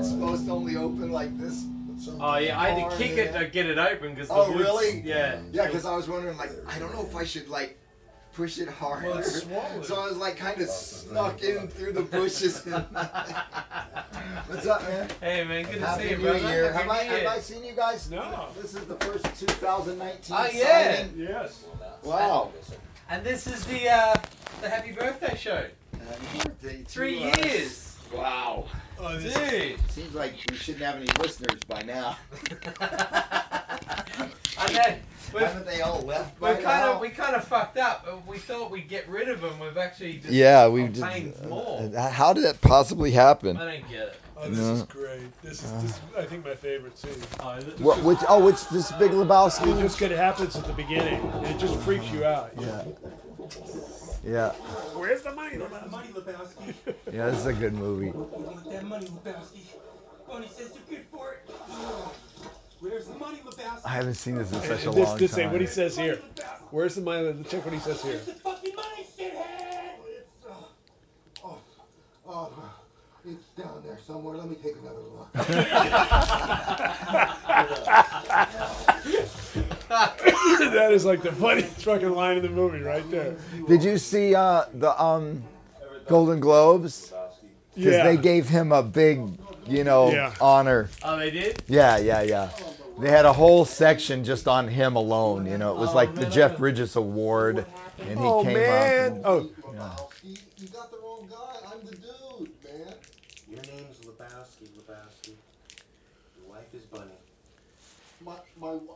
only open like this. Oh yeah, I had to kick it to get it open because the Oh, wood's- really? Yeah. Yeah, because I was wondering, like, I don't know if I should like push it harder. Well, it's swallowed. so I was like, kind of snuck in through the bushes. And What's up, man? Hey man, good to see Happy you, New brother. Year. Happy Have I, New Year. have I seen you guys? No. This is the first 2019. Oh, yeah. signing. Yes. Wow. And this is the uh, the happy birthday show. Happy birthday to Three us. years, Wow. Oh, dude. Seems like we shouldn't have any listeners by now. I know. We've, Haven't they all left we by kind now? of we kind of fucked up. Uh, We thought we'd get rid of them. We've actually just Yeah, we did. obtained more. uh, How did that possibly happen? I don't get it. Oh, this is No. great. This Uh. is, this, I think, my favorite scene. What, which, oh, it's this Big It Lebowski. just it happens at the beginning. and It just freaks you out. Yeah. Yeah. Where's the money? Money, Lebowski. Yeah, this is a good movie. You want that money, Lebowski. Bonnie says you're good for it. Where's the money, Lebowski? I haven't seen this in And such a this, long this time. ain't what he says Money, here. Lebowski. Where's the money? Check what he says here. The fucking money, shithead! Oh, it's down there somewhere. Let me take another look. that is like the funniest fucking line in the movie right there. Did you see uh, the um, Golden Globes? Because Yeah. they gave him a big, you know, Yeah. honor. Oh, they did. Yeah, yeah, yeah. They had a whole section just on him alone. You know, it was like the man, I Jeff was- Bridges Award, and he oh came man. up. oh, Lebowski, you got the wrong guy. I'm the dude, man. Your name's Lebowski, Lebowski. Your wife is Bunny. My my wi-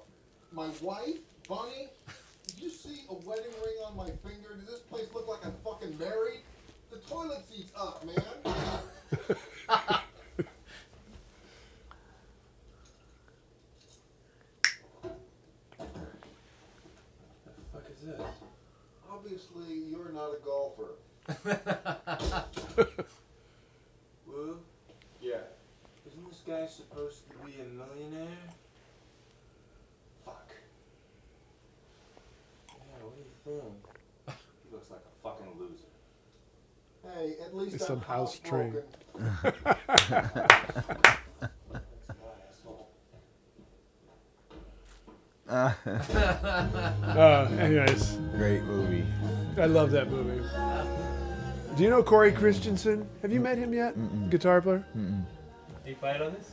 my wife, Bunny. Did you see a wedding ring on my finger? Does this place look like I'm fucking married? The toilet seat's up, man. What the fuck is this? Obviously, you're not a golfer. Woo? Yeah. Isn't this guy supposed to be a millionaire? Fuck. Yeah, what do you think? He looks like a fucking loser. Hey, at least It's I'm some house housebroken. train. That's not asshole. uh, anyways, Great movie. I love that movie. Do you know Corey Christensen? Have you met him yet? Guitar player? He played on this.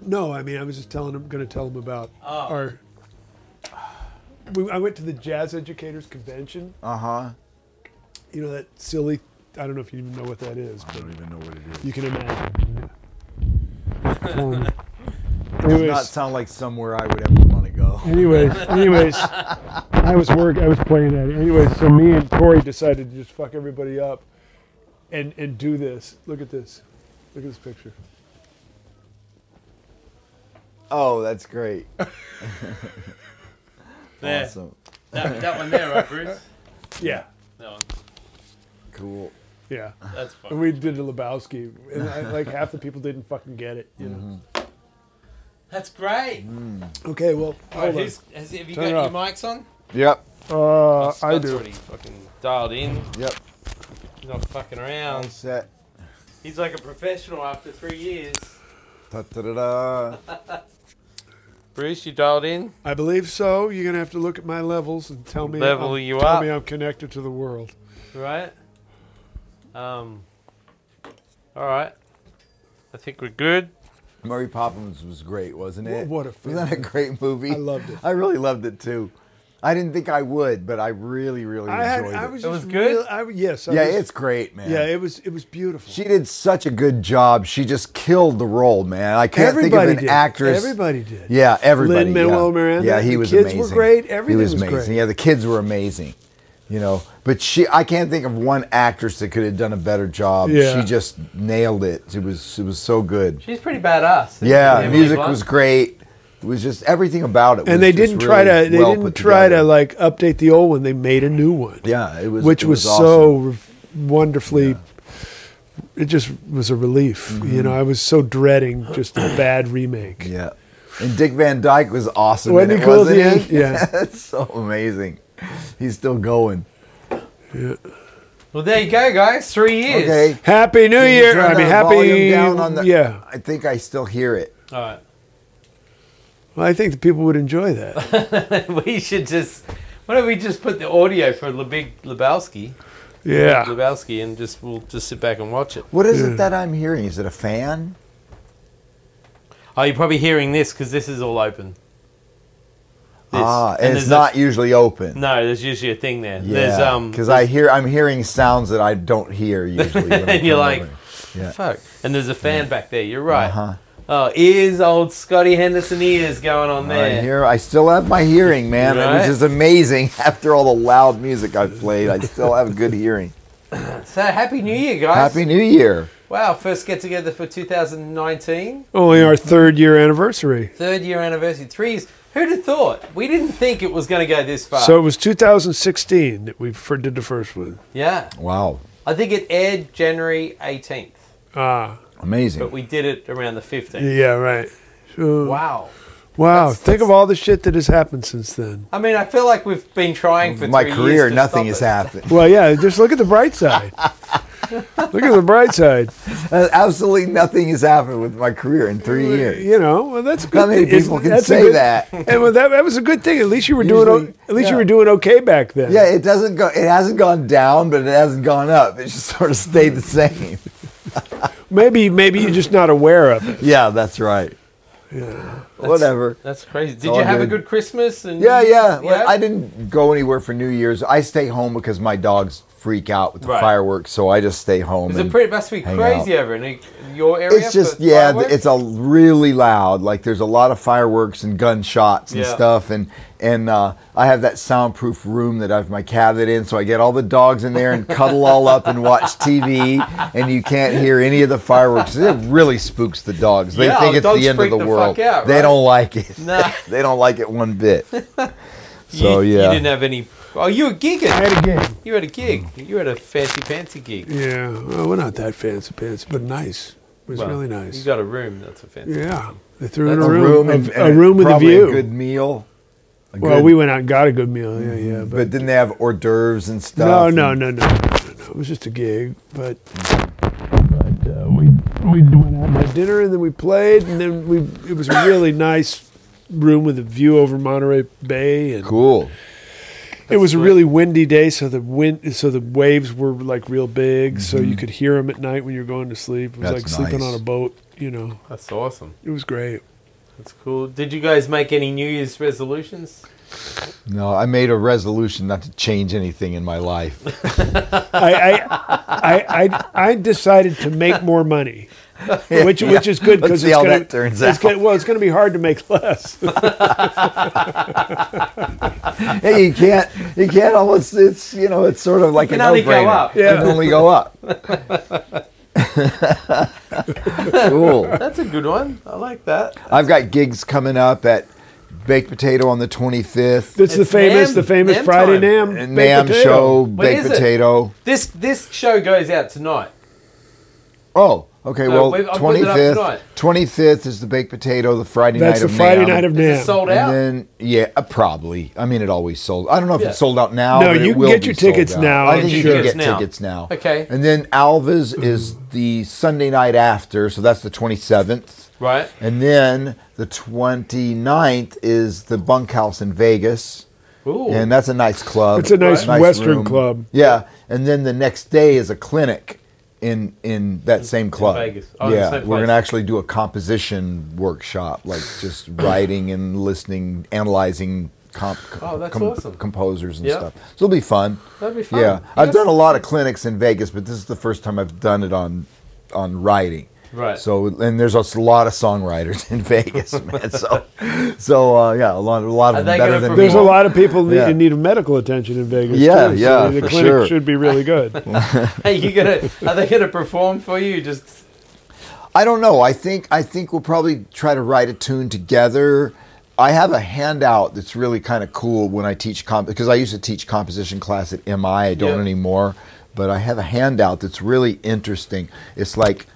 No, I mean I was just telling him, going to tell him about Oh. our. We, I went to the Jazz Educators Convention. Uh huh. You know that silly. I don't know if you even know what that is, I but don't even know what it is. you can imagine. Does Um, not anyways, sound like somewhere I would ever want to go. anyways, anyways, I was work. I was playing that. Anyways, so me and Corey decided to just fuck everybody up, and and do this. Look at this. Look at this picture. Oh, that's great. There. Awesome. That, that one there, right, Bruce? Yeah. That one. Cool. Yeah. That's And fun. we did a Lebowski, and I, like half the people didn't fucking get it. You know. That's great. Okay, well, Alright, hold on. who's- has- have you Turn got it your mics on? Yep. Uh, I Scott's do. already fucking dialed in. Yep. He's not fucking around. Set. He's like a professional after three years. Ta da da. Bruce, you dialed in. I believe so. You're gonna have to look at my levels and tell me. Level I'm, you tell up. me I'm connected to the world. Right. Um. All right. I think we're good. Murray Poppins was great, wasn't it? What a Wasn't that a great movie? I loved it. I really loved it too. I didn't think I would, but I really, really I had. enjoyed I it. was. It just was good? real- I, yes. I yeah, was- it's great, man. Yeah, it was. It was beautiful. she did such a good job. She just killed the role, man. I can't everybody think of an did. actress. Everybody did. Yeah, everybody. Lin Manuel yeah. Miranda. Yeah, he the was kids amazing. were great. he Everything was, amazing. great. Yeah, the kids were amazing. You know, but she, I can't think of one actress that could have done a better job. Yeah. She just nailed it. It was, it was so good. She's pretty badass. Yeah, Emily music Blunt. was great. It was just everything about it. And was they just didn't try really to. They well didn't put try to together. like update the old one. They made a new one. Yeah, it was. which it was, was, so awesome. re- wonderfully. It just was a relief, you know. I was so dreading just a bad remake. Mm-hmm. Yeah, and Dick Van Dyke was awesome. Wasn't in he it, cool at wasn't the end? he? Yeah. that's so amazing. He's still going. Well, there you go, guys. Three years. Okay. Happy New Can you Year. turn I mean, that happy. volume down on the- yeah. I think I still hear it. All right. Well, I think the people would enjoy that. we should just. Why don't we just put the audio for the big Lebowski, Yeah. Lebowski, and just we'll just sit back and watch it. What is Yeah. it that I'm hearing? Is it a fan? Oh, you're probably hearing this because this is all open. This. Ah, and, it's there's a- not usually open. no, there's usually a thing there. There's Yeah, um. because I hear I'm hearing sounds that I don't hear usually. When I And you're turn like, over. yeah. fuck. And there's a fan back there. You're right. Uh-huh. Oh, ears, old Scotty Henderson ears going on there. I hear. I still have my hearing, man, Right? which is amazing. After all the loud music I've played, I still have good hearing. So happy New Year, guys! Happy New Year! Wow, first get together for 2019, Only our third year anniversary. third year anniversary, three years. Who'd have thought? We didn't think it was going to go this far. So it was 2016 that we fir- did the first one. yeah, Wow, I think it aired January 18th, Ah. but amazing. we did it around the 15th. Yeah, right. So, wow. Wow. Think of all the shit that has happened since then. I mean, I feel like we've been trying for My three career, years to nothing stop has it. happened. Well, yeah, just look at the bright side. look at the bright side. Uh, Absolutely nothing has happened with my career in three years. You know, well, that's a good. How many thing. people can That's a say good- that? And well, that, that was a good thing. At least you were doing. Usually- o- At least you yeah. were doing okay back then. Yeah, it doesn't go. It hasn't gone down, but it hasn't gone up. It just sort of stayed the same. Maybe, maybe you're just not aware of it. Yeah, that's right. Whatever. That's crazy. Did all you have a good. good Christmas? And Yeah, yeah. Well, Yeah? I didn't go anywhere for New Year's. I stay home because my dogs freak out with the Right. fireworks, so I just stay home. Is it and- pretty, must be hang crazy over in your area. it's just for yeah, th fireworks? it's a really loud. Like there's a lot of fireworks and gunshots and Yeah. stuff, and and uh, I have that soundproof room that I have my cabinet in, so I get all the dogs in there and cuddle all up and watch TV, and you can't hear any of the fireworks. It really spooks the dogs. They Yeah, think the it's dogs the end of freak the, the world. fuck out, They right? don't like it. Nah. they don't like it one bit. So you, yeah. you didn't have any. Oh, you were gigging. I had a game. You had a gig. You had a fancy fancy gig. Yeah, well, we're not that fancy pants, but nice. It was really You nice. got a room. That's a fancy. yeah, they threw in That's a a room, room, a, and, a and room with a probably view. good meal. A well, good- Mm-hmm. we went out and got a good meal. Yeah, yeah, but, But didn't they have hors d'oeuvres and stuff? no, and- no, no, no, no, no, no. It was just a gig, but but uh, we we went out and had dinner, and then we played, and then we it was a really nice room with a view over Monterey Bay, and Cool. it was a really windy day, so the wind, so the waves were like real big, so you could hear them at night when you were going to sleep. It was Mm-hmm. That's like sleeping nice. on a boat, you know. That's awesome. It was great. That's cool. Did you guys make any New Year's resolutions? No, I made a resolution not to change anything in my life. I, I, I, I, I decided to make more money, which which is good Let's because see it's how gonna, that turns it's out. Gonna, well, it's going to be hard to make less. hey, you can't, you can't almost. It's you know, it's sort of like can a only go no-brainer. up. You can Yeah. only go up. cool. That's a good one. I like that. I've got gigs coming up at Baked Potato on the 25th, It's the It's famous Nam- the famous Nam Friday time. Nam and baked Nam potato. Show When Baked is it? Potato. This this show goes out tonight. Oh, okay. No, well, wait, I'm twenty putting it up fifth, tonight. twenty fifth is the Baked Potato, the Friday That's night the of Friday Nam. night of Is it Nam. sold And out? then yeah, uh, probably. I mean, it always sold. I don't know if Yeah. it's sold out now. No, but it you can will get be your sold tickets out. now. I think Get you your can tickets get now. tickets now. Okay. And then Alva's is the Sunday night after, so that's the twenty seventh. Right. And then the 29th is the Bunkhouse in Vegas. Ooh. And that's a nice club. It's a nice Western club. Yeah, and then the next day is a clinic in in that same club. Vegas. Oh, in the yeah, same we're place. gonna actually do a composition workshop, like just writing and listening, analyzing comp, Oh, that's awesome. composers and Yeah. stuff. So it'll be fun. That'd be fun. Yeah, You I've guys- done a lot of clinics in Vegas, but this is the first time I've done it on on writing. Right. So and there's a lot of songwriters in Vegas, man. So, so uh, yeah, a lot, a lot Are of they them better gonna than There's me. a lot of people that Yeah. in need of medical attention in Vegas. Yeah, too, so yeah, the for clinic sure. should be really good. Hey, you gonna? Are they gonna perform for you? Just I don't know. I think I think we'll probably try to write a tune together. I have a handout that's really kind of cool when I teach comp because I used to teach composition class at MI. I don't Yeah. anymore, but I have a handout that's really interesting. It's like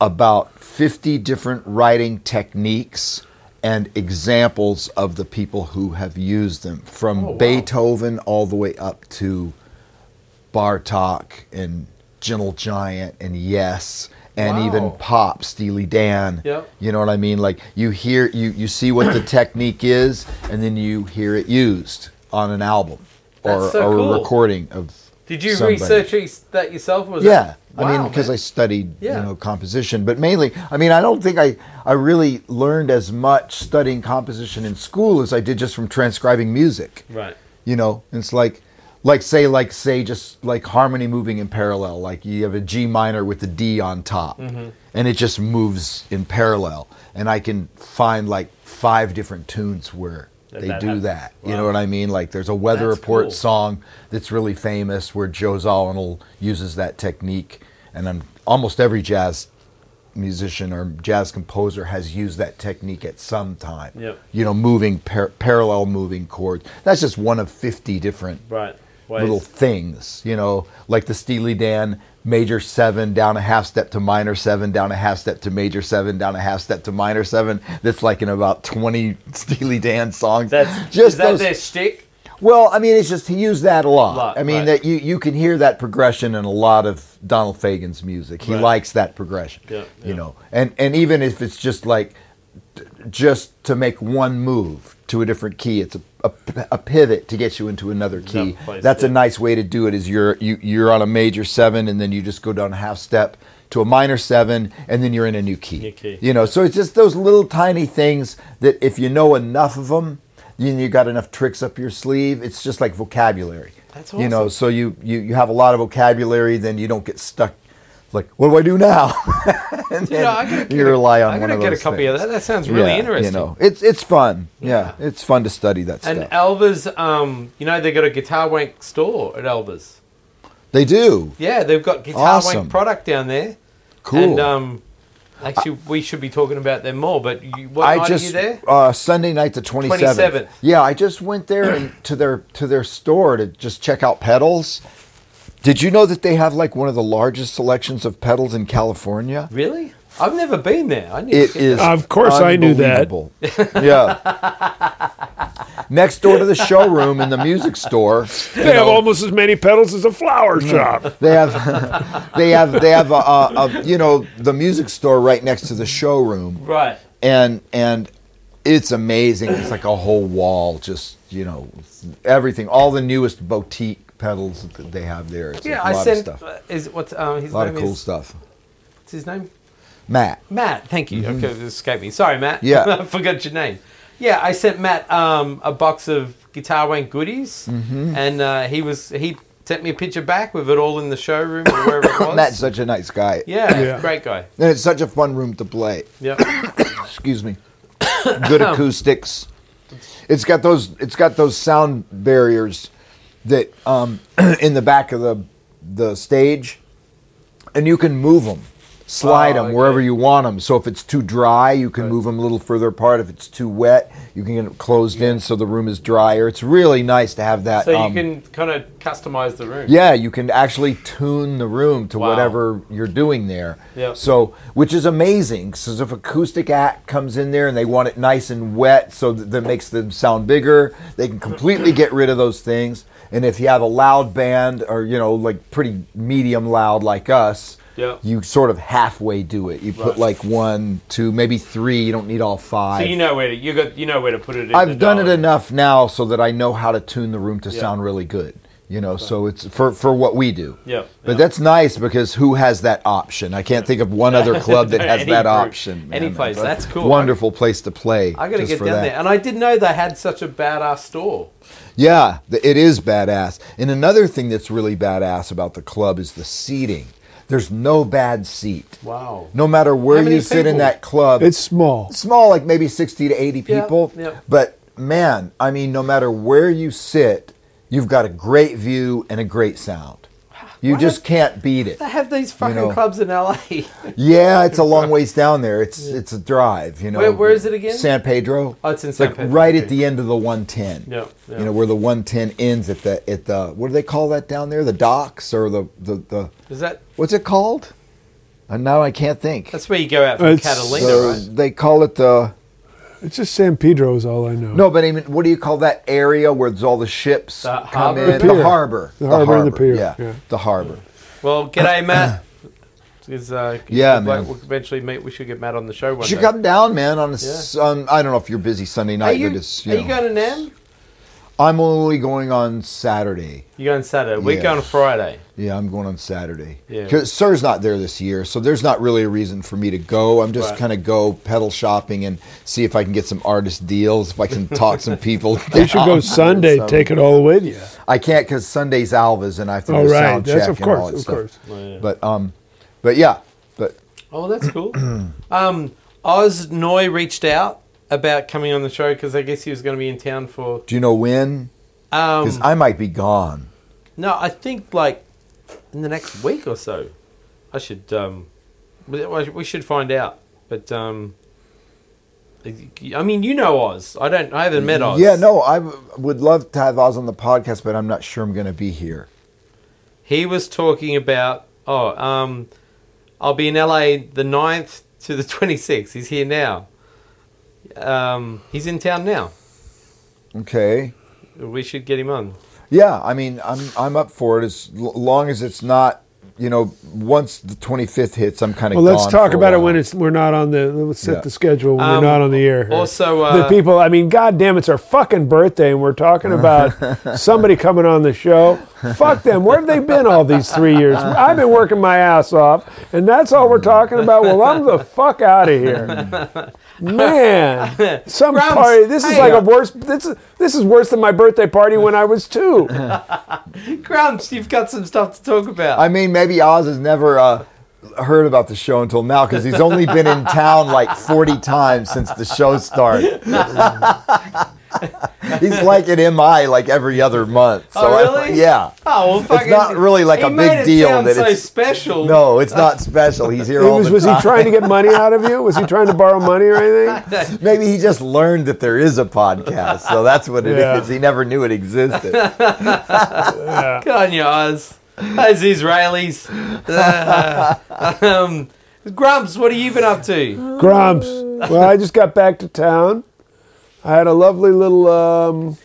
about 50 different writing techniques and examples of the people who have used them from Oh, wow. Beethoven all the way up to Bar Talk and Gentle Giant and Yes and Wow. even Pop Steely Dan. Yep. You know what I mean? Like you hear you you see what the technique is and then you hear it used on an album or, That's so or cool. a recording of Did you somebody. research es- that yourself? or Was Yeah. That? I mean, Wow, because I man. studied, Yeah. you know, composition, but mainly, I mean, I don't think I, I really learned as much studying composition in school as I did just from transcribing music. right. You know, it's like, like say, like say, just like harmony moving in parallel. Like you have a G minor with the D on top, Mm-hmm. and it just moves in parallel. And I can find like five different tunes where That- they that do happens. that. You Wow. know what I mean? Like there's a Weather That's Report cool. song that's really famous where Joe Zawinul uses that technique, and I'm, almost every jazz musician or jazz composer has used that technique at some time. Yep. You know, moving par- parallel moving chords. That's just one of 50 different Right. Ways. little things, you know, like the Steely Dan major 7 down a half step to minor 7 down a half step to major 7 down a half step to minor 7. That's like in about 20 Steely Dan songs. That's just is that those their shtick? well, I mean, it's just he used that a lot. Lot, I mean, right. that you, you can hear that progression in a lot of Donald Fagen's music. He Right. likes that progression. Yeah, yeah. You know, and and even if it's just like d- just to make one move to a different key, it's a, a, a pivot to get you into another key. Another place, That's a yeah. nice way to do it. Is you're you, you're on a major seven, and then you just go down a half step to a minor seven, and then you're in a new key. New key. You know, so it's just those little tiny things that if you know enough of them, you, you got enough tricks up your sleeve. It's just like vocabulary. That's You know, awesome. so you, you, you have a lot of vocabulary, then you don't get stuck. Like, what do I do now? and Dude, I gotta get you a- rely on I one gotta of get a those copy things. of that. That sounds really Yeah, interesting. You know, it's it's fun. Yeah, Yeah. it's fun to study that and stuff. Elva's, um, you know, they got a Guitar Wank store at Elva's. they do. Yeah, they've got Guitar Awesome. Wank product down there. Cool. And um, actually, we should be talking about them more. But you, what I night just are you there? Uh, Sunday night the twenty 27th. seventh. Yeah, I just went there and to their to their store to just check out pedals. Did you know that they have like one of the largest selections of pedals in California? Really? I've never been there. I need It to get is. Of course I knew that. unbelievable. yeah. Next door to the showroom in the music store, They have almost as many pedals as a flower shop. they have they have they have a, a, a you know the music store right next to the showroom. that. Right. and and it's amazing. It's like a whole wall, just you know, everything, all the newest boutique pedals that they have there. It's Yeah, a I lot sent. of stuff, uh, Is what's um, his a lot name of cool is stuff. what's his name? Matt, Matt, thank you. Okay, it escaped me. Sorry, Matt. Mm-hmm. Yeah. I forgot your name. Yeah, I sent Matt um, a box of Guitar Wank goodies, Mm-hmm. and uh, he was he sent me a picture back with it all in the showroom or wherever it was. Matt's such a nice guy. yeah, Yeah. great guy. and it's such a fun room to play. Yep. Excuse me. Good acoustics. It's got those. It's got those sound barriers that um, in the back of the the stage, and you can move them, slide Oh, them wherever okay. you want them. So if it's too dry, you can Right. move them a little further apart. If it's too wet, you can get it closed in so the room is drier. It's really nice to have that. So um, you can kind of customize the room. yeah, you can actually tune the room to Wow. whatever you're doing there. Yep. So, which is amazing. So if acoustic act comes in there and they want it nice and wet, so that, that makes them sound bigger, they can completely get rid of those things. And if you have a loud band or you know like pretty medium loud like us, Yep. you sort of halfway do it. You put Right. like one, two, maybe three. You don't need all five. So you know where to, you got you know where to put it. in the I've done it dialogue. enough now so that I know how to tune the room to Yeah. sound really good. You know, so it's for for what we do. Yeah, But yeah. that's nice because who has that option? I can't think of one other club that has Any that group, option. any place. a That's cool. Wonderful place to play. I got to just get for down that. there, and I didn't know they had such a badass store. Yeah, th- it is badass. And another thing that's really badass about the club is the seating. There's no bad seat. Wow. No matter How where many you sit in people? that club, It's small. small, like maybe 60 to 80 Yeah, people. yeah. But man, I mean, no matter where you sit, you've got a great view and a great sound. You Why just can't beat it. They have these fucking know. clubs in LA. Yeah, it's a long ways down there. It's it's a drive, you know. Where- where is it again? San Pedro. Oh, it's in It's San like Pedro. right Okay. at the end of the 110. Yeah, yeah. You know where the 110 ends at the at the what do they call that down there? The docks or the the, the Is that what's it called? And now I can't think. that's where you go out for It's, Catalina, The- right? They call it the It's just San Pedro is all I know. No, but I mean, what do you call that area where there's all the ships The come harbor? in? The pier. The harbor. The harbor and the pier, Yeah, yeah. the harbor. Well, g'day, Matt. Is, uh, Yeah, like, man. We'll eventually meet. We should get Matt on the show one You should day. come down, man. On a s on- I don't know if you're busy Sunday are night, you, but it's are you you know, going to NAM? I'm only going on Saturday. You're going Saturday. We're Yeah. going Friday. Yeah, I'm going on Saturday. Yeah. 'Cause Sir's not there this year, so there's not really a reason for me to go. I'm just Right. kind of go pedal shopping and see if I can get some artist deals, if I can talk some people. You should go Sunday. Take it all with you. I can't because Sunday's Alva's and I have to All do Oh, right, sound check that's- of and all course, that of stuff. course. Oh, yeah. But um, but yeah, but Oh, that's cool. um, Oz Noy reached out about coming on the show because I guess he was going to be in town for. do you know when? Because Um, I might be gone. no, I think like in the next week or so. I should. Um, we we should find out. But um, I mean, you know Oz. I don't. I haven't met Oz. Yeah, no, I w- would love to have Oz on the podcast, but I'm not sure I'm going to be here. He was talking about, oh, um, I'll be in LA the 9th to the 26th. He's here now. Um, he's in town now. Okay. We should get him on. Yeah, I mean, I'm I'm up for it as l- long as it's not, you know, once the 25th hits, I'm kind of. Well, let's talk about it when it's we're not on the. Let's set Yeah. the schedule when Um, we're not on the air. here. also, uh, the people. I mean, God damn, it's our fucking birthday, and we're talking about somebody coming on the show. Fuck them. Where have they been all these three years? I've been working my ass off, and that's all we're talking about. Well, I'm the fuck out of here, man. Some Grumps, party. This is hey. like a worse. This is this is worse than my birthday party when I was two. Grumps, you've got some stuff to talk about. I mean, maybe Oz has never uh, heard about the show until now because he's only been in town like 40 times since the show started. he's like an MI like every other month. So oh, I- really? yeah. Oh, well, fucking, not really like he a made big it deal Sound that so it's- special. No, it's not special. He's here He all was, the was he time. trying to get money out of you? Was he trying to borrow money or anything? Maybe he just learned that there is a podcast, so that's what it is. Yeah. He never knew it existed. Good on you, Oz. Those Israelis. um, Grumps, what have you been up to? Grumps. Well, I just got back to town. I had a lovely little um,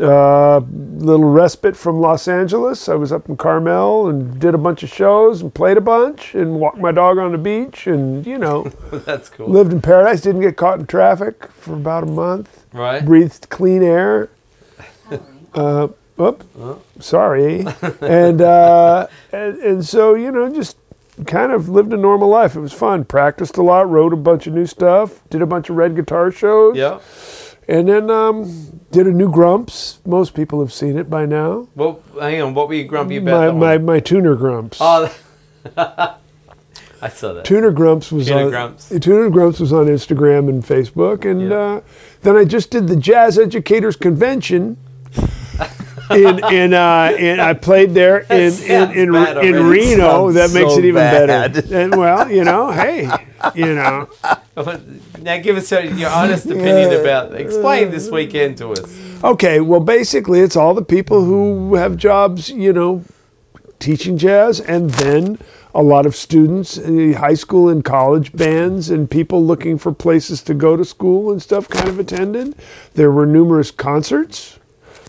uh, little respite from Los Angeles. I was up in Carmel and did a bunch of shows and played a bunch and walked my dog on the beach and you know That's cool. lived in paradise. Didn't get caught in traffic for about a month. right? Breathed clean air. Uh, oop, sorry. and, uh, and and so you know, just kind of lived a normal life. It was fun. Practiced a lot. Wrote a bunch of new stuff. Did a bunch of red guitar shows. Yeah. And then um, did a new Grumps. Most people have seen it by now. Well, hang on. What were you grumpy about? My that my, one? my tuner Grumps. Oh, I saw that. Tuner Grumps was Tuner on Grumps. Tuner Grumps was on Instagram and Facebook, and Yeah. uh, then I just did the Jazz Educators Convention. in in uh, in I played there in in sounds in, bad in already. Reno. Sounds That makes so it even bad. better. And, well, you know, hey, you know, now give us your your honest opinion about. Explain this weekend to us. okay. Well, basically, it's all the people who have jobs, you know, teaching jazz, and then a lot of students, uh, high school and college bands, and people looking for places to go to school and stuff kind of attended. There were numerous concerts.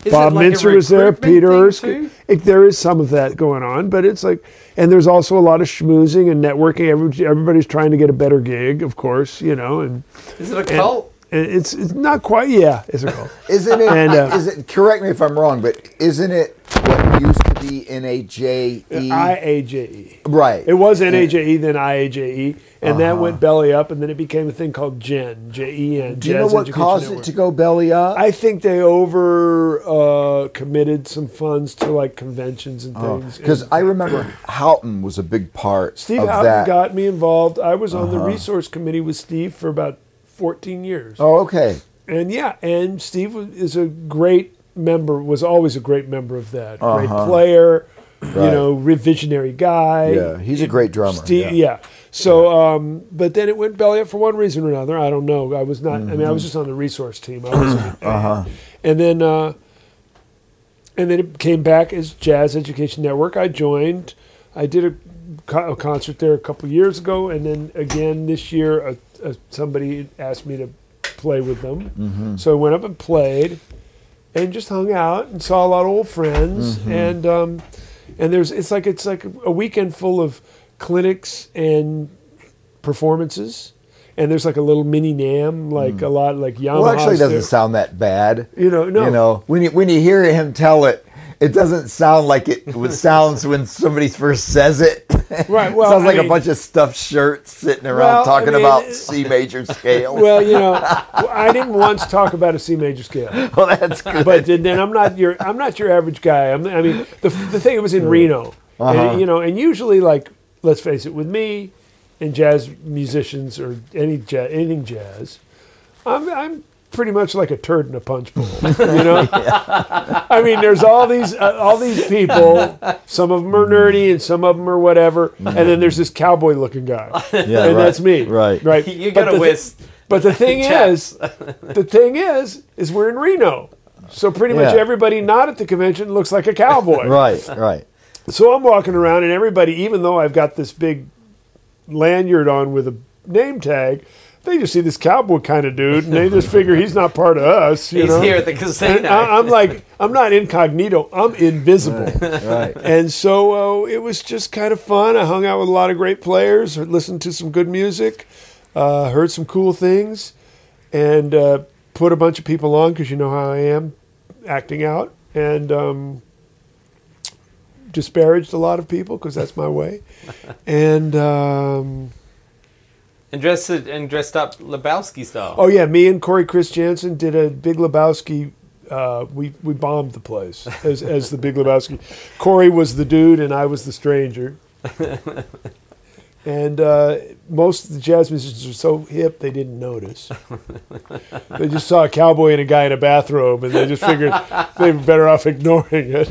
Is it Bob like a Mincer was there. recruitment Peter thing Erskine. too? It, there is some of that going on, but it's like, and there's also a lot of schmoozing and networking. Every, everybody's trying to get a better gig, of course, you know, and, Is it a cult? and it's, it's not quite. Yeah, it's a cult. Isn't it? And, uh, is it? Correct me if I'm wrong, but isn't it what used to be NAJE? IAJE. E? right. It was NAJE, E, then IAJE, E, and Uh-huh. that went belly up, and then it became a thing called GEN, J-E-N. E Do you know Jazz what Education caused Network. it to go belly up? I think they over uh, committed some funds to like conventions and things. Because and Oh, I remember Houghton was a big part Steve of Houghton that. Uh-huh. got me involved. I was on the resource committee with Steve for about 14 years. oh, okay. And yeah, and Steve wa- is a great member. Was always a great member of that. Great player, you Uh-huh. Right. know, revisionary guy. Yeah, he's a great drummer. Steve, yeah. So, um, but then it went belly up for one reason or another. I don't know. I was not. I mean, I was just on the resource team. I was. Uh-huh. uh And then, uh, and then it came back as Jazz Education Network. I joined. I did a co- a concert there a couple years ago, and then again this year, uh uh somebody asked me to play with them. Mm-hmm. So I went up and played, and just hung out and saw a lot of old friends. Mm-hmm. And um, and there's it's like it's like a weekend full of clinics and performances. And there's like a little mini Nam, like a lot like Yamaha. Mm. Well, actually, it doesn't sound that bad. You know, no. You know, when you, when you hear him tell it, it doesn't sound like it would sounds when somebody first says it. Right, well, sounds I like mean- a bunch of stuffed shirts sitting around Well, I talking mean, about it- C major scale. Well, you know, I didn't once talk about a C major scale. Well, that's good. but then, then I'm not your I'm not your average guy. I'm, I mean, the, the thing it was in Reno, Uh-huh. and, you know, and usually like let's face it, with me and jazz musicians or any jazz, anything jazz, I'm I'm pretty much like a turd in a punch bowl. You know, I mean, there's all these uh, all these people. Some of Mm-hmm. them are nerdy, and some of them are whatever. And then there's this cowboy looking guy, yeah, and that's me. Right. Right. You But gotta the thi- wear s- but the thing chaps. is, the thing is, is we're in Reno. So pretty much Yeah. everybody not at the convention looks like a cowboy. Right, right. So I'm walking around and everybody, even though I've got this big lanyard on with a name tag, they just see this cowboy kind of dude and they just figure he's not part of us. You He's know? here at the And uh, casino. I, I'm like, I'm not incognito. I'm invisible. Right. And so uh, it was just kind of fun. I hung out with a lot of great players, listened to some good music, uh, heard some cool things, and uh, put a bunch of people on because you know how I am acting out and um, disparaged a lot of people because that's my way. and um, and dressed and dressed up Lebowski style. oh yeah, me and Corey Chris Jansen did a Big Lebowski. Uh, we we bombed the place as as the Big Lebowski. Corey was the dude, and I was the stranger. And uh, most of the jazz musicians are so hip they didn't notice. they just saw a cowboy and a guy in a bathrobe, and they just figured they were better off ignoring it.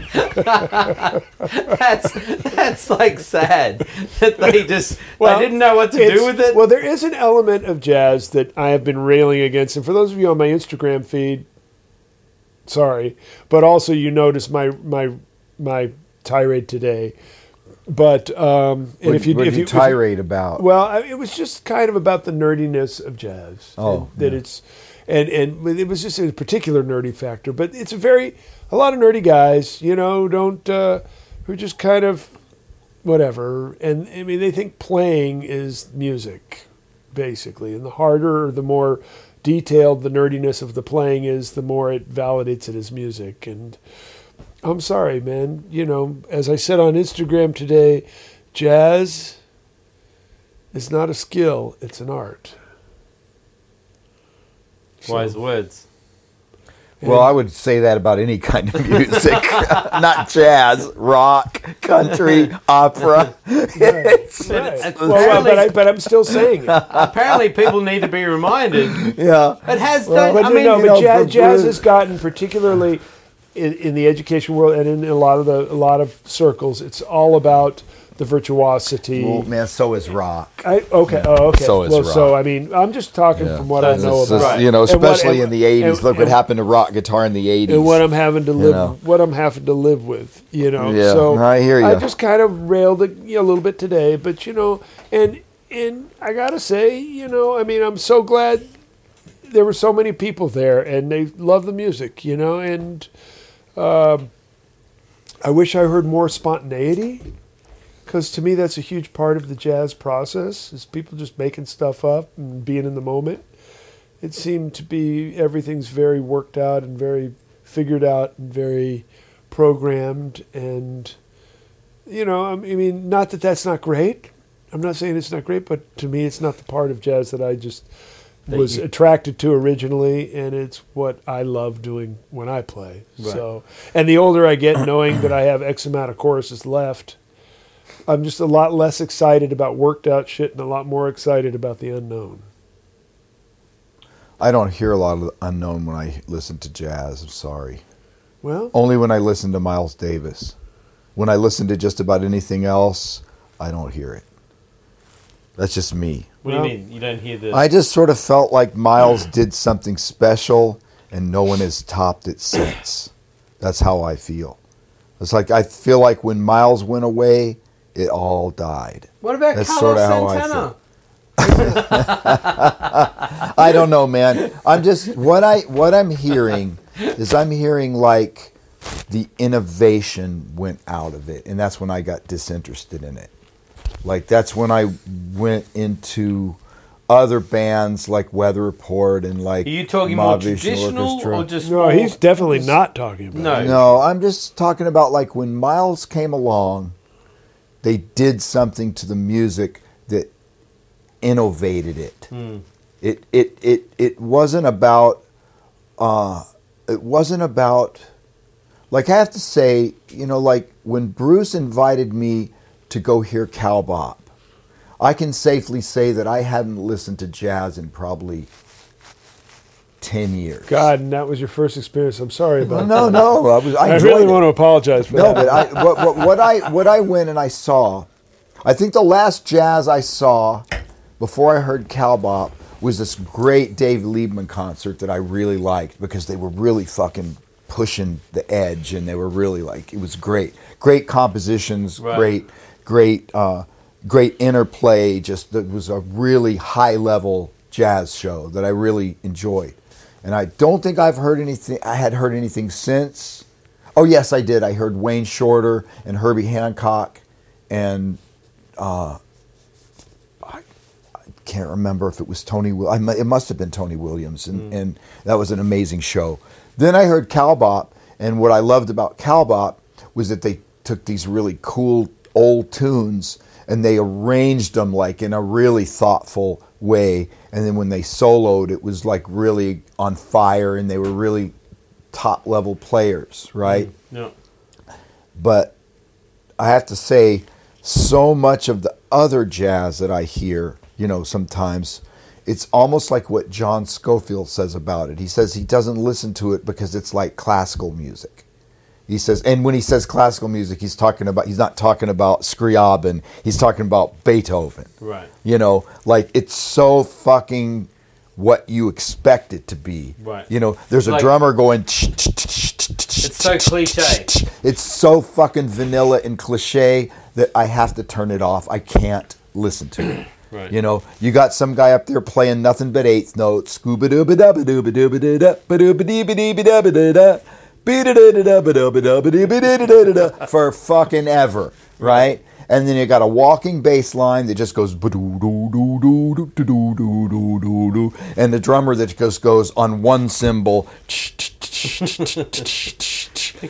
That's that's like sad that they just Well, they didn't know what to It's- do with it. Well, there is an element of jazz that I have been railing against, and for those of you on my Instagram feed, sorry, but also you notice my my my tirade today. But um, and What, if you what if do you, you if tirade about? well, I, it was just kind of about the nerdiness of jazz. Oh, that yeah. it's and and it was just a particular nerdy factor, but it's a very a lot of nerdy guys, you know, don't uh, who just kind of whatever, and I mean they think playing is music, basically, and the harder, or the more detailed the nerdiness of the playing is, the more it validates it as music, and. I'm sorry, man. You know, as I said on Instagram today, jazz is not a skill, it's an art. Wise words. Well, I would say that about any kind of music, not jazz, rock, country, opera. It's- Right. it's- Well, well, but, I, but I'm still saying it. Apparently, people need to be reminded. yeah. It has Well, done. But I no, mean, no, but you know, jazz, but jazz we're- has gotten particularly in, in the education world and in a lot of the a lot of circles. It's all about the virtuosity. Well, man, so is rock. I, okay. Oh, okay. So is well, so rock. I mean, I'm just talking from what I It's know just- about. You know, And what- especially and- in the 80s. and- Look what and- happened to rock guitar in the 80s. and what I'm having to live, know. what I'm having to live with, you know. Yeah, so I hear I ya. just kind of railed it you know, a little bit today, but you know, and and I gotta say, you know, I mean, I'm so glad there were so many people there, and they love the music, you know, and um, I wish I heard more spontaneity. Because to me, that's a huge part of the jazz process is people just making stuff up and being in the moment it seemed to be everything's very worked out and very figured out and very programmed and you know i mean not that that's not great i'm not saying it's not great but to me it's not the part of jazz that i just That was you- attracted to originally and it's what i love doing when i play so and the older i get knowing that i have x amount of choruses left i'm just a lot less excited about worked out shit and a lot more excited about the unknown I don't hear a lot of unknown when I listen to jazz. I'm sorry. well Only when I listen to Miles Davis. When I listen to just about anything else, I don't hear it. That's just me. What Well- do you mean? You don't hear the? I just sort of felt like Miles did something special, and no one has topped it since. That's how I feel. It's like I feel like when Miles went away, It all died. What about That's Carlos sorta how I Santana? feel. I don't know, man. I'm just what I what I'm hearing is I'm hearing like the innovation went out of it, and that's when I got disinterested in it. Like that's when I went into other bands like Weather Report and like Are you talking Mob more Vision traditional Orchestra. or just No, more- he's definitely not talking about. No. it. No, I'm just talking about like when Miles came along, they did something to the music that innovated it. Hmm. It it it it wasn't about uh it wasn't about like I have to say, you know, like when Bruce invited me to go hear Cowbop, I can safely say that I hadn't listened to jazz in probably ten years. God, and that was your first experience. I'm sorry about. No, that. no, I was. I, I, enjoyed really it. want to apologize for No, that. but I, what, what, what I what I went and I saw, I think the last jazz I saw before I heard Cowbop was this great Dave Liebman concert that I really liked because they were really fucking pushing the edge and they were really like it was great, great compositions, Right. great, great, uh, great interplay. Just it was a really high level jazz show that I really enjoyed. And I don't think I've heard anything. I had heard anything since. Oh yes, I did. I heard Wayne Shorter and Herbie Hancock, and uh, I, I can't remember if it was Tony. Wil- I, mu- it must have been Tony Williams, and, and that was an amazing show. Then I heard Cowbop, and what I loved about Cowbop was that they took these really cool old tunes and they arranged them like in a really thoughtful way. And then when they soloed, it was like really on fire, and they were really top level players, right? No. but I have to say, so much of the other jazz that I hear, you know, sometimes it's almost like what John Scofield says about it. He says he doesn't listen to it because it's like classical music. He says, and when he says classical music, he's talking about, he's not talking about Scriabin, he's talking about Beethoven. Right. You know, like it's so fucking what you expect it to be. Right. You know, there's a Like- drummer going, It's so cliche. it's so fucking vanilla and cliche that I have to turn it off. I can't listen to it. Right. You know, you got some guy up there playing nothing but eighth notes. Scooba dooba dooba dooba dooba doo da ba dooba deeba deeba dooba doo da be da da da da ba dooba dooba deeba dee da da da da for fucking ever, right? And then you got a walking bass line that just goes ba doo doo doo doo doo doo doo doo doo doo doo, and the drummer that just goes on one cymbal.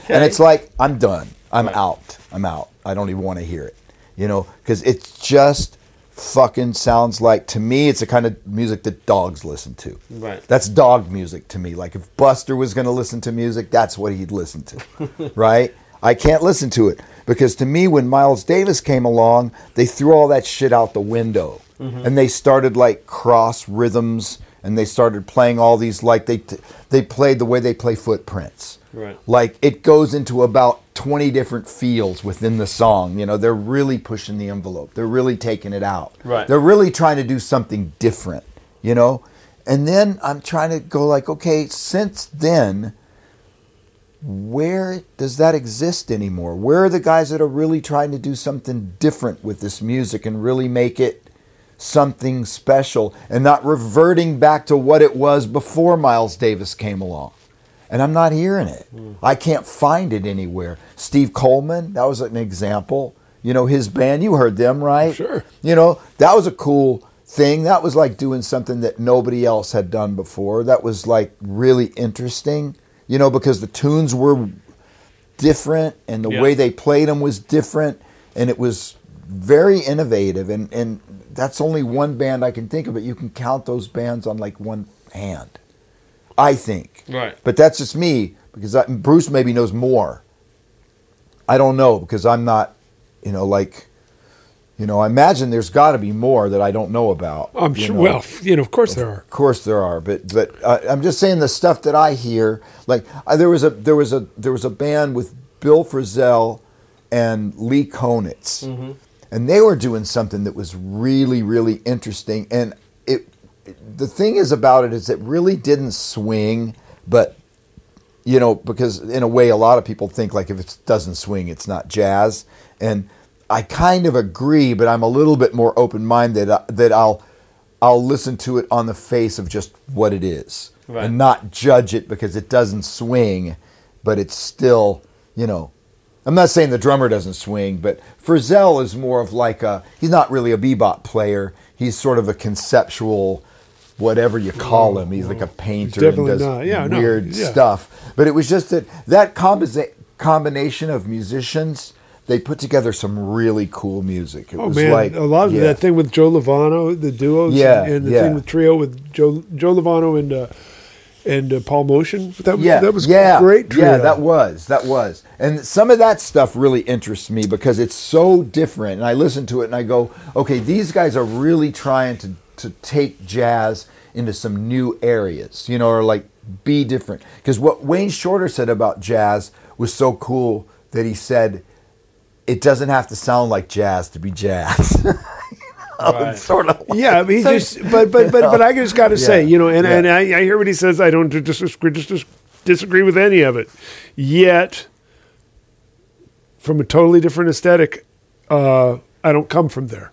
And it's like, I'm done. I'm out. I'm out. I don't even want to hear it. You know, because it just fucking sounds like, to me, it's the kind of music that dogs listen to. Right. That's dog music to me. Like if Buster was going to listen to music, that's what he'd listen to. right? I can't listen to it because to me, when Miles Davis came along, they threw all that shit out the window Mm-hmm. and they started like cross rhythms and they started playing all these like they t- they played the way they play footprints Right. like it goes into about 20 different feels within the song you know they're really pushing the envelope they're really taking it out Right. they're really trying to do something different you know and then i'm trying to go like okay since then where does that exist anymore where are the guys that are really trying to do something different with this music and really make it something special and not reverting back to what it was before Miles Davis came along. And I'm not hearing it. I can't find it anywhere. Steve Coleman, that was an example. You know, his band, you heard them, right? Sure. You know, that was a cool thing. That was like doing something that nobody else had done before. That was like really interesting, you know, because the tunes were different and the Yeah. way they played them was different and it was very innovative and and that's only one band I can think of but you can count those bands on like one hand I think Right. but that's just me because I, Bruce maybe knows more I don't know because I'm not you know like you know I imagine there's got to be more that I don't know about I'm you sure. know? Well, you know, of course there are. Of course there are, but but uh, I'm just saying the stuff that I hear. Like uh, there was a there was a there was a band with Bill Frisell and Lee Konitz, and they were doing something that was really really interesting. And it the thing is about it is it really didn't swing, but you know because in a way a lot of people think like if it doesn't swing it's not jazz, and I kind of agree, but I'm a little bit more open minded that I'll I'll listen to it on the face of just what it is Right. and not judge it because it doesn't swing, but it's still you know. I'm not saying the drummer doesn't swing, but Frizzell is more of like a he's not really a bebop player. He's sort of a conceptual whatever you call him. He's like a painter definitely and does not- yeah, no, weird yeah. stuff stuff. But it was just that that combi- combination of musicians, they put together some really cool music. It Oh was man, like a lot of yeah. that thing with Joe Lovano, the duos, Yeah, and, and the yeah. thing with trio with Joe Joe Lovano and uh, and uh, Paul Motion. That Yeah, that was yeah, great. Trio. Yeah, that was that was, and some of that stuff really interests me because it's so different. And I listen to it and I go, okay, these guys are really trying to to take jazz into some new areas, you know, or like be different. Because what Wayne Shorter said about jazz was so cool that he said it doesn't have to sound like jazz to be jazz. Right. sort of Yeah, I mean, he just but but but but I just got to say, Yeah, you know, and yeah. and I, I hear what he says. I don't dis- disagree, dis- dis- disagree with any of it. Yet, from a totally different aesthetic, uh, I don't come from there.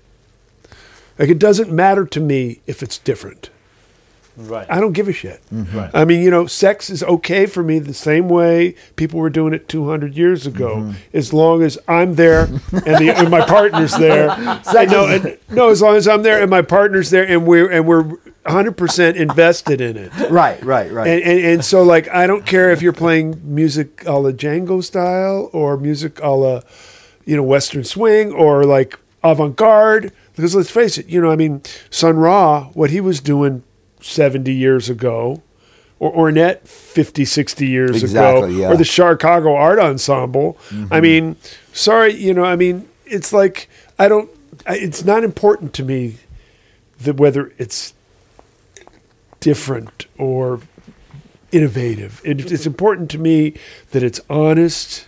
Like it doesn't matter to me if it's different. Right. Mm-hmm. I don't give a shit. Right. I mean, you know, sex is okay for me the same way people were doing it 200 years ago, Mm-hmm. as long as I'm there and, the, and my partner's there. And no, and, no, as long as I'm there and my partner's there, and we're and we're 100 percent invested in it. right, right, right. And, and and so like I don't care if you're playing music a la Django style or music a la you know Western swing or like avant garde because let's face it, you know I mean Sun Ra what he was doing 70 years ago or Ornette 50 60 years ago Exactly, yeah. Mm-hmm. or the Chicago Art Ensemble. I mean sorry, you know I mean it's like I don't I- it's not important to me that whether it's different or innovative. It, it's important to me that it's honest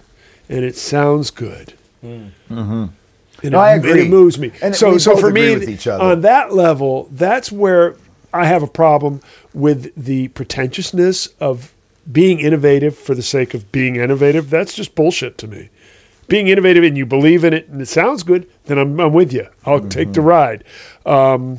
and it sounds good. And, Mm. No, it, I and agree. it moves me. And so, we so both for agree me, with each other. on that level, that's where I have a problem with the pretentiousness of being innovative for the sake of being innovative. That's just bullshit to me. Being innovative and you believe in it and it sounds good, then I'm, I'm with you. I'll take the ride. Um,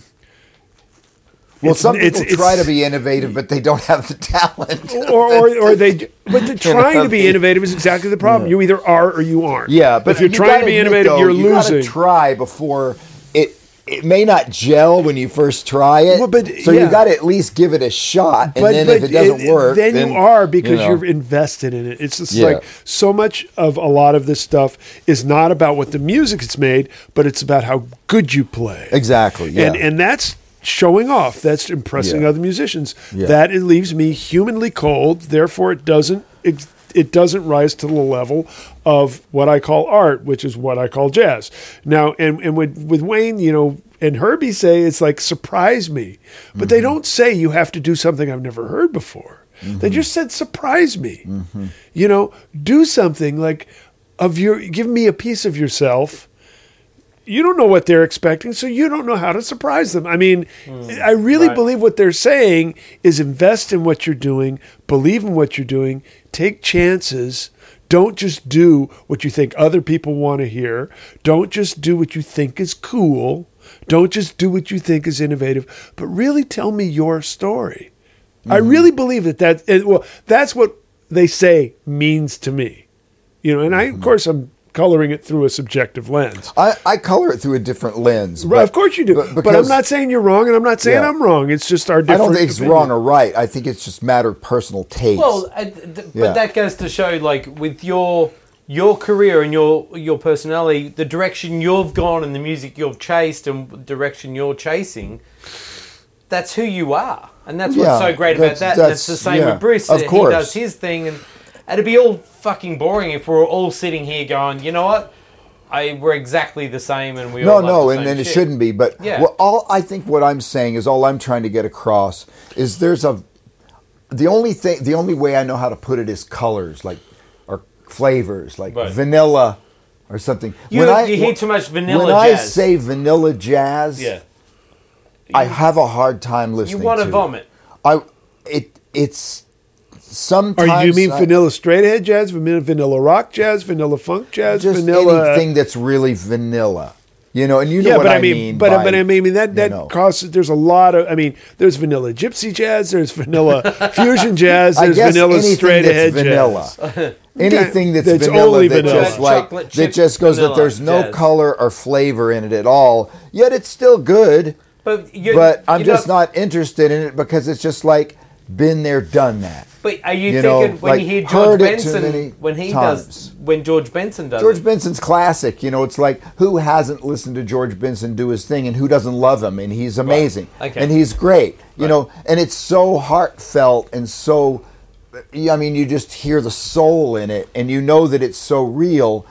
well, it's- some it's- people it's- try to be innovative, but they don't have the talent. or, or, or they, but the trying to be Yeah. innovative is exactly the problem. You either are or you aren't. Yeah, but if you're you trying gotta to be admit, innovative, though, you're you gotta losing. try before it. It may not gel when you first try it, Well, but, so yeah. you got to at least give it a shot. And then if it doesn't it- work, then, you are because you know. are invested in it. It's just Yeah. like so much of a lot of this stuff is not about what the music is made, but it's about how good you play. exactly. Yeah. and and that's showing off. That's impressing Yeah. other musicians. Yeah. That it leaves me humanly cold. Therefore, it doesn't it, it doesn't rise to the level of what I call art, which is what I call jazz. Now, and and with with Wayne, you know. And Herbie say it's like surprise me, Mm-hmm. but they don't say you have to do something I've never heard before. Mm-hmm. They just said surprise me. You know, do something like of your give me a piece of yourself you don't know what they're expecting, so you don't know how to surprise them. I mean, I really Right. believe what they're saying is invest in what you're doing, believe in what you're doing, take chances. Don't just do what you think other people want to hear. Don't just do what you think is cool. Don't just do what you think is innovative, but really tell me your story. I really believe that that and, well, that's what they say means to me. You know, and I of course I'm coloring it through a subjective lens. I, I color it through a different lens. Right, but- of course you do. But, I'm because- not saying you're wrong, and I'm not saying Yeah. I'm wrong. It's just our I different. don't think it's opinion. wrong or right. I think it's just matter of personal taste. Well, I- th- th- Yeah. but that goes to show, like, with your your career and your your personality, the direction you've gone and the music you've chased and the direction you're chasing, that's who you are, and that's what's Yeah, so great about that's- that. And that's- it's the same yeah, with Bruce. of that course. he does his thing, and it'd be all fucking boring if we are all sitting here going, you know what. I, we're exactly the same, and we no, all love no, the and same then it shit." shouldn't be. But Yeah. what- all I think what I'm saying is all I'm trying to get across is there's a the only thing the only way I know how to put it is colors like or flavors like Right. vanilla or something. You- you hear too much vanilla When I jazz. say vanilla jazz, Yeah, I have a hard time listening. you want to to it. vomit. I it it's sometimes. Are you Oh, mean I- vanilla straight ahead jazz, vanilla vanilla rock jazz, vanilla funk jazz, Just vanilla anything that's really vanilla. You know, and you know yeah, what but I I mean, but by, but I mean, I mean you that that know. causes. There's a lot of. I mean, there's vanilla gypsy jazz. There's vanilla fusion jazz. I There's guess vanilla anything straight that's ahead vanilla. jazz. Anything that's, That's vanilla only that vanilla. just like Chocolate chip that just goes that vanilla there's no jazz. color or flavor in it at all. Yet it's still good. But you're, but I'm you're just not, interested in it because it's just like been there, done that. But are you, you know, thinking when like, you hear heard George it too many Benson when he times. does when George Benson does George it, Benson's classic. You know, it's like who hasn't listened to George Benson do his thing, and who doesn't love him? And he's amazing, Okay. and he's great. You know, and it's so heartfelt and so. I mean, you just hear the soul in it, and you know that it's so real.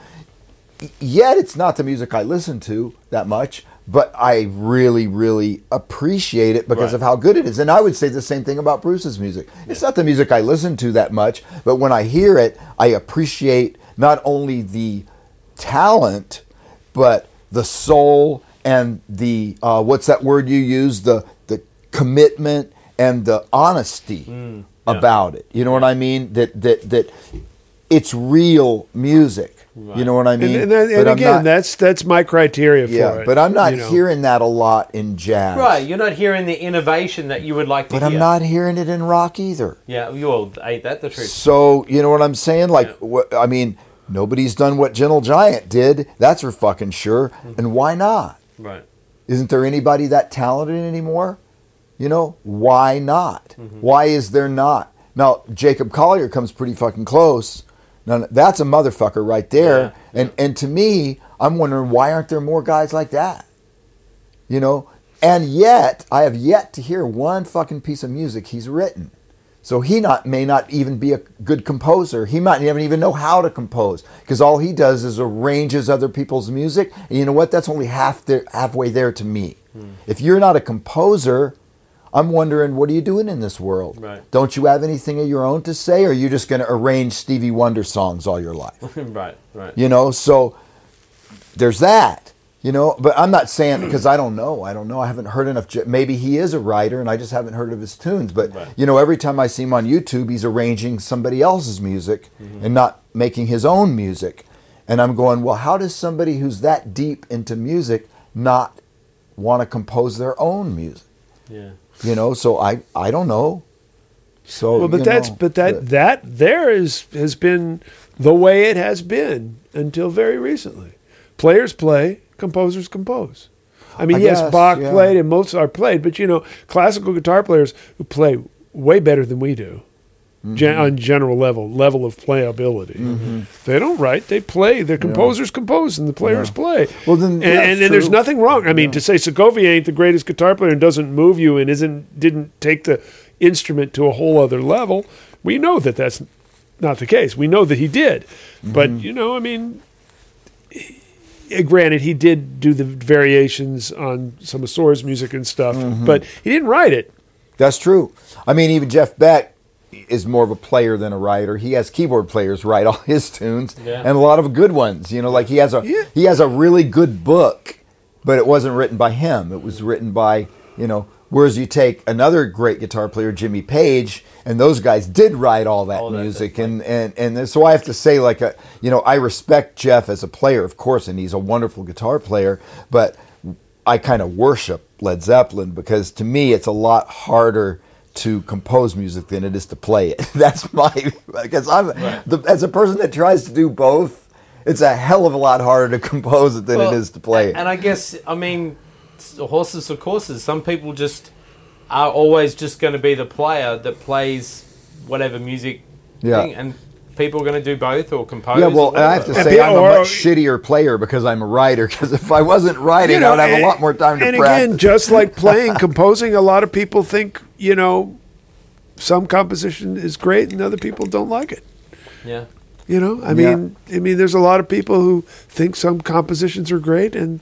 Yet, it's not the music I listen to that much, but I really, really appreciate it because Right. of how good it is. And I would say the same thing about Bruce's music. It's not the music I listen to that much, but when I hear it, I appreciate not only the talent, but the soul and the uh, what's that word you use? The the commitment and the honesty about it. You know what I mean? That that that it's real music. You know what I mean? And, and, that- and But I'm again, not- that's that's my criteria for yeah, it. but I'm not you know. hearing that a lot in jazz. Right, you're not hearing the innovation that you would like to But hear. I'm not hearing it in rock either. Yeah, you all ain't that the truth. So you know what I'm saying? Like, wh- I mean, nobody's done what Gentle Giant did. That's for fucking sure. And why not? Right. Isn't there anybody that talented anymore? You know, why not? Why is there not? Now, Jacob Collier comes pretty fucking close. Now, that's a motherfucker right there. And, and to me, I'm wondering why aren't there more guys like that? You know? And yet, I have yet to hear one fucking piece of music he's written. So he not may not even be a good composer. He might not even know how to compose because all he does is arranges other people's music. And you know what? That's only half there, halfway there to me. If you're not a composer, I'm wondering what are you doing in this world? Right. Don't you have anything of your own to say, or are you just going to arrange Stevie Wonder songs all your life? right, right. you know so there's that you know but i'm not saying because i don't know i don't know i haven't heard enough j- maybe he is a writer and i just haven't heard of his tunes but Right. you know every time i see him on youtube he's arranging somebody else's music Mm-hmm. and not making his own music and i'm going well how does somebody who's that deep into music not want to compose their own music Yeah. you know so i i don't know so Well, you but that's know, but that that there is has been the way it has been until very recently. Players play, composers compose. I mean, I yes, guess, Bach yeah. played and Mozart played, but you know, classical guitar players who play way better than we do. Mm-hmm. Gen- on general level, level of playability, they don't write. They play. Their composers compose, and the players play. Well, then, and, yeah, and, and there's true. nothing wrong. I mean, to say Sokovia ain't the greatest guitar player and doesn't move you and isn't didn't take the instrument to a whole other level, we know that that's not the case. We know that he did, Mm-hmm. but you know, I mean, eh, granted, he did do the variations on some of Sora's music and stuff, Mm-hmm. but he didn't write it. That's true. I mean, even Jeff Beck is more of a player than a writer. He has keyboard players write all his tunes, Yeah. and a lot of good ones. You know, like he has a Yeah. he has a really good book, but it wasn't written by him. It was written by you know. Whereas you take another great guitar player, Jimmy Page, and those guys did write all that All that music, and and and so I have to say, like a you know, I respect Jeff as a player, of course, and he's a wonderful guitar player, but I kind of worship Led Zeppelin because to me it's a lot harder to compose music than it is to play it. That's my because I'm the, as a person that tries to do both, it's a hell of a lot harder to compose it than Well, it is to play and, it. and I guess I mean, s- horses for courses. Some people just are always just going to be the player that plays whatever music Yeah. thing, and people are going to do both or compose. yeah, or well, and I have to whatever. And say I'm a people are- much shittier player because I'm a writer. Because if I wasn't writing, I would have and- a lot more time to and practice. again, just like playing, composing, a lot of people think you know some composition is great and other people don't like it. yeah. You know, I Yeah. mean, I mean, there's a lot of people who think some compositions are great, and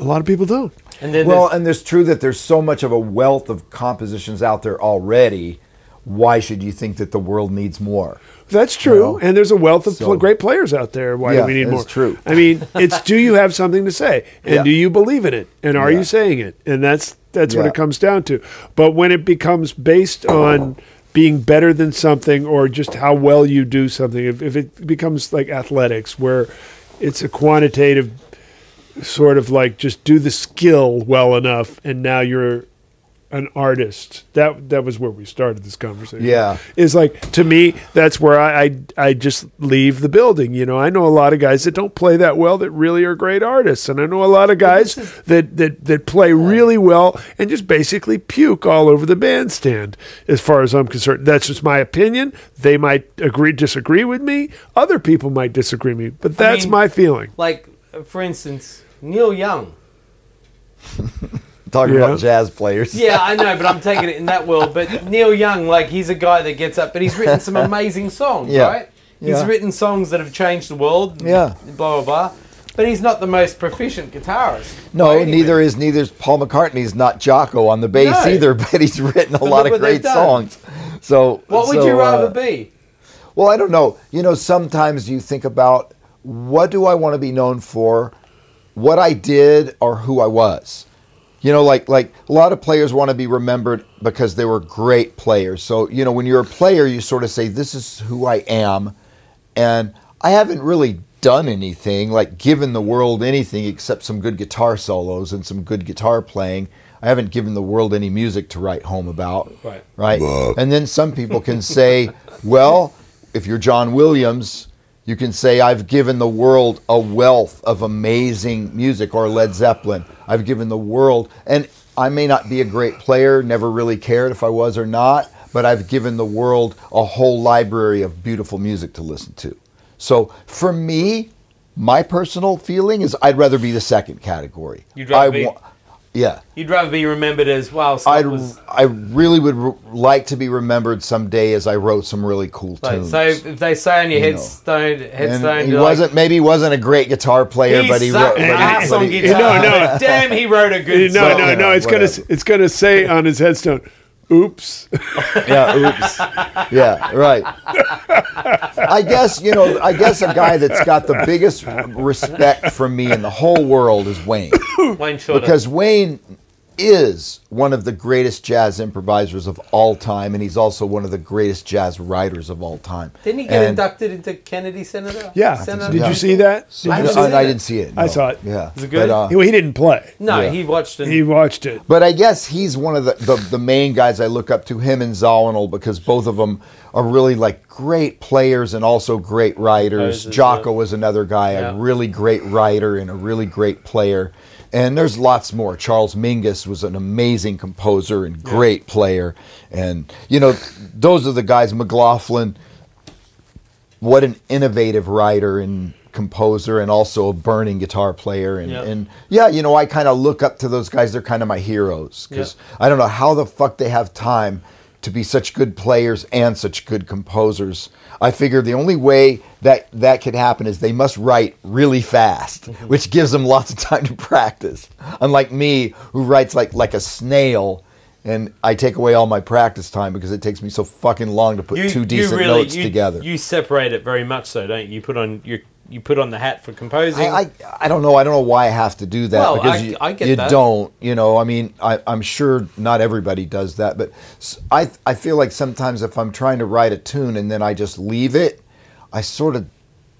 a lot of people don't. And well, then uh there's- and there's true that there's so much of a wealth of compositions out there already. Why should you think that the world needs more? That's true, Well, and there's a wealth of pl- so- great players out there. Why Yeah, do we need that's more? true. I mean, it's do you have something to say, and Yeah. do you believe in it, and are Yeah. you saying it, and that's that's what Yeah. it comes down to. But when it becomes based on being better than something or just how well you do something. If, if it becomes like athletics, where it's a quantitative sort of like just do the skill well enough, and now you're an artist. That that was where we started this conversation. Yeah. is like to me that's where I, I I just leave the building. You know, I know a lot of guys that don't play that well that really are great artists, and I know a lot of guys that that that play really well and just basically puke all over the bandstand. As far as I'm concerned, that's just my opinion. They might agree disagree with me. Other people might disagree with me, but that's mean- my feeling. Like, uh, for instance, Neil Young. Talking Yeah. about jazz players. Yeah, I know, but I'm taking it in that world. But Neil Young, like, he's a guy that gets up, but he's written some amazing songs, Yeah. right? He's Yeah. written songs that have changed the world. and Yeah. Blah, blah, blah. But he's not the most proficient guitarist. No, by any neither is neither is Paul McCartney's not Jocko on the bass No. either, but he's written a look lot of what they've great done. songs. So What would so, you rather uh, be? Well, I don't know. You know, sometimes you think about what do I want to be known for, what I did, or who I was. You know, like like a lot of players want to be remembered because they were great players. So you know, when you're a player, you sort of say, "This is who I am," and I haven't really done anything like given the world anything except some good guitar solos and some good guitar playing. I haven't given the world any music to write home about. Right. Right. And then some people can say, well, if you're John Williams, you can say, I've given the world a wealth of amazing music, or Led Zeppelin. I've given the world, and I may not be a great player, never really cared if I was or not, but I've given the world a whole library of beautiful music to listen to. So for me, my personal feeling is I'd rather be the second category. You'd rather I be- yeah. You'd rather be remembered as, wow, so I, that was. I really would r like to be remembered someday as I wrote some really cool Like, tunes. so if they say on You your know. headstone, and headstone, he you're like, wasn't maybe he wasn't a great guitar player, he but he wrote. sucked But he, ass but on he- guitar. No, no. but Damn, he wrote a good No, song. no, no. It's whatever. gonna it's gonna say on his headstone, "Oops." yeah, oops. Yeah, right. I guess you know. I guess a guy that's got the biggest respect from me in the whole world is Wayne. Wayne Shorter. because Wayne is one of the greatest jazz improvisers of all time, and he's also one of the greatest jazz writers of all time. Didn't he get And- inducted into Kennedy Senator? Yeah. Senator? Did Yeah. you see that? Did I, you haven't see seen I it. didn't see it. I no. saw it. Yeah, Is it good? But, uh, Well, he didn't play. No, Yeah. he watched and He watched it. but I guess he's one of the, the the main guys I look up to. Him and Zawinul because both of them are really like great players and also great writers. Composers, Jocko was another guy, Yeah. a really great writer and a really great player. And there's lots more. Charles Mingus was an amazing composer and great player. And you know, those are the guys. McLaughlin. what an innovative writer and composer and also a burning guitar player and, Yeah. and yeah you know i kind of look up to those guys they're kind of my heroes because i don't know how the fuck they have time to be such good players and such good composers i figure the only way that that could happen is they must write really fast which gives them lots of time to practice unlike me who writes like like a snail and I take away all my practice time because it takes me so fucking long to put two decent notes you, together. You separate it very much, though, don't you? You put on you you put on the hat for composing. I, I I don't know. I don't know why I have to do that Well, because I- you, I get you that. don't. You know, I mean, I, I'm sure not everybody does that, but s- I I feel like sometimes if I'm trying to write a tune and then I just leave it, I sort of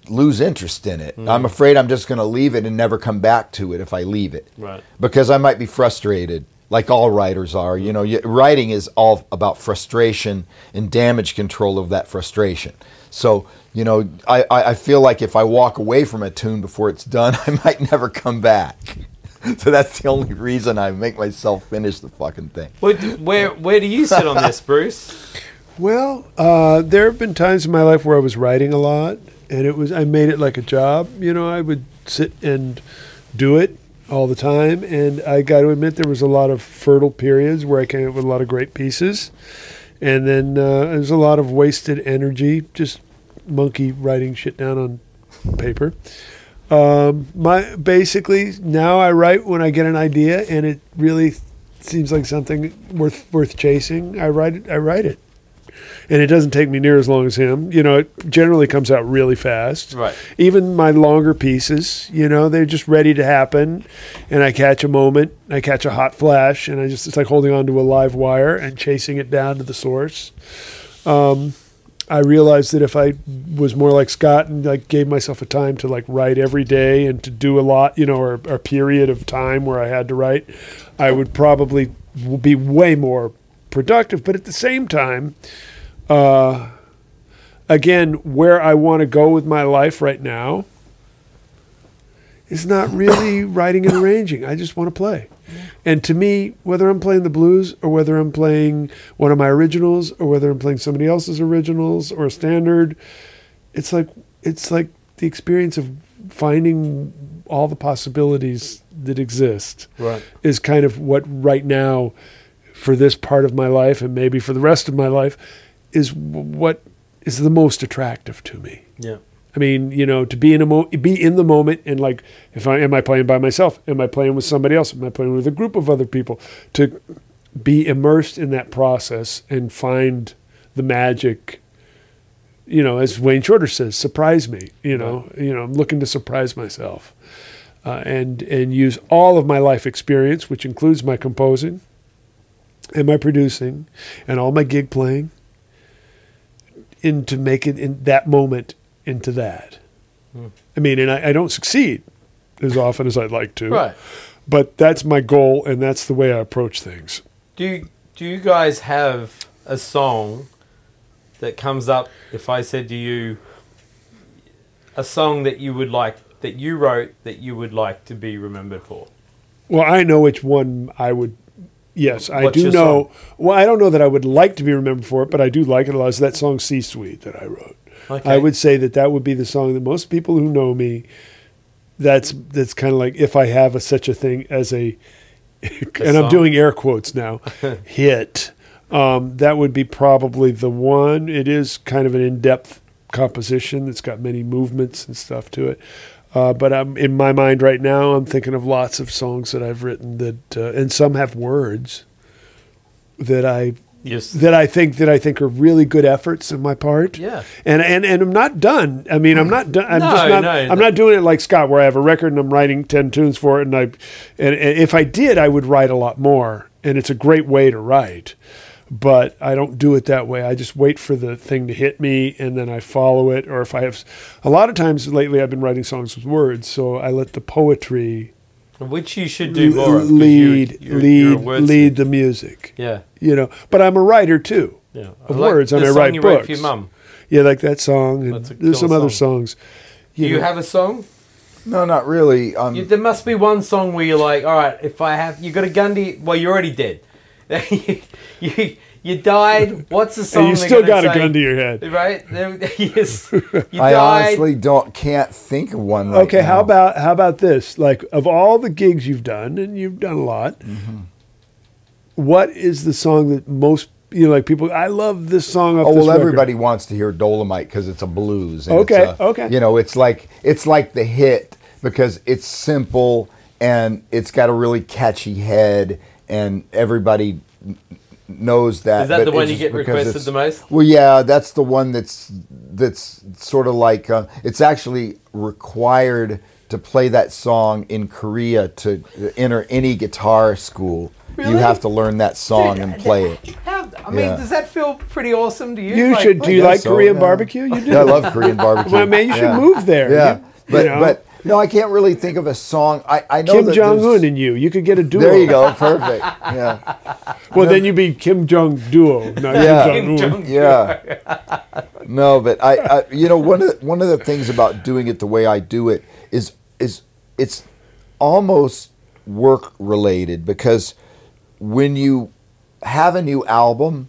lose interest in it. Mm. I'm afraid I'm just going to leave it and never come back to it if I leave it, Right. Because I might be frustrated. Like all writers are, you know, you, writing is all about frustration and damage control of that frustration. So, you know, I, I, I feel like if I walk away from a tune before it's done, I might never come back. So that's the only reason I make myself finish the fucking thing. What- where where do you sit on this, Bruce? Well, uh, there have been times in my life where I was writing a lot, and it was I made it like a job. You know, I would sit and do it all the time, and I got to admit there was a lot of fertile periods where I came up with a lot of great pieces, and then uh, there was a lot of wasted energy, just monkey writing shit down on paper. Um, my basically now I write when I get an idea, and it really seems like something worth worth chasing. I write it. I write it and it doesn't take me near as long as him. You know, it generally comes out really fast. Right. Even my longer pieces, you know, they're just ready to happen, and I catch a moment, I catch a hot flash, and I just it's like holding on to a live wire and chasing it down to the source. I realized that if I was more like Scott and like gave myself a time to like write every day and to do a lot, you know, or a period of time where I had to write, I would probably w- be way more productive. But at the same time, uh, again, where I want to go with my life right now is not really writing and arranging. I just want to play. And to me, whether I'm playing the blues or whether I'm playing one of my originals or whether I'm playing somebody else's originals or a standard, it's like it's like the experience of finding all the possibilities that exist Right. is kind of what right now for this part of my life and maybe for the rest of my life is w- what is the most attractive to me. Yeah. I mean, you know, to be in a mo- be in the moment and like, if I am I playing by myself? Am I playing with somebody else? Am I playing with a group of other people? To be immersed in that process and find the magic. You know, as Wayne Shorter says, surprise me. You know, you know, I'm looking to surprise myself, uh, and and use all of my life experience, which includes my composing, and my producing, and all my gig playing, into making in that moment into that. I mean, and I, I don't succeed as often as I'd like to. Right. But that's my goal, and that's the way I approach things. Do you, do you guys have a song that comes up if I said to you a song that you would like that you wrote that you would like to be remembered for? Well, I know which one I would. Yes, I What's do your know. Well, I don't know that I would like to be remembered for it, but I do like it a lot. Is that song "C Suite" that I wrote? Okay. I would say that that would be the song that most people who know me. That's that's kind of like if I have a, such a thing as a, and I'm song? doing air quotes now, hit. Um, that would be probably the one. It is kind of an in-depth composition that's got many movements and stuff to it. Uh, but I'm in my mind right now. I'm thinking of lots of songs that I've written that, uh, and some have words that I Yes. that I think that I think are really good efforts on my part. Yeah. And and and I'm not done. I mean, I'm not done. I'm No, just not. no, I'm no. not doing it like Scott, where I have a record and I'm writing ten tunes for it, and I, and, and if I did, I would write a lot more. And it's a great way to write, but I don't do it that way. I just wait for the thing to hit me, and then I follow it. Or if I have, a lot of times lately, I've been writing songs with words, so I let the poetry Which you should do more. of, 'cause you- lead you're- you're a lead wordsmith. lead the music Yeah. you know. But I'm a writer too. Yeah. Of I like words, and the I song write you wrote books. for your mum. Yeah, like that song, and That's a there's some killer other song. songs. Do you know. have a song? No, not really. Um, You, there must be one song where you're like, all right, if I have, you got a gun to, y- well, you're already dead. you, you, you died. What's the song? and you they're still gonna got a say? gun to your head. Right? There- yes. You I died. honestly don't can't think of one right Okay, how now. about how about this? Like, of all the gigs you've done, and you've done a lot, Mm-hmm. what is the song that most you know, like people? I love this song. Off Oh this well, record. everybody wants to hear Dolomite because it's a blues. and Okay, it's a- okay. You know, it's like it's like the hit because it's simple and it's got a really catchy head, and everybody n- knows that. Is that but the one it's you just get because requested it's- the most? Well, yeah, that's the one that's that's sort of like uh, it's actually required to play that song in Korea to enter any guitar school. You Really? have to learn that song and play it. How, I mean, Yeah. does that feel pretty awesome to you? You Like, should. Do I you guess like so, Korean yeah. barbecue? You do. Yeah, I love Korean barbecue. My man, you should Yeah. move there. Yeah, You- you but know. but no, I can't really think of a song. I I know Kim that Jong Un there's- and you, you could get a duo. There you go, perfect. Yeah, Well, then you'd be Kim Jong Duo, not Yeah. Kim Jong Un. yeah. No, but I, I you know one of the, one of the things about doing it the way I do it is is it's almost work related because when you have a new album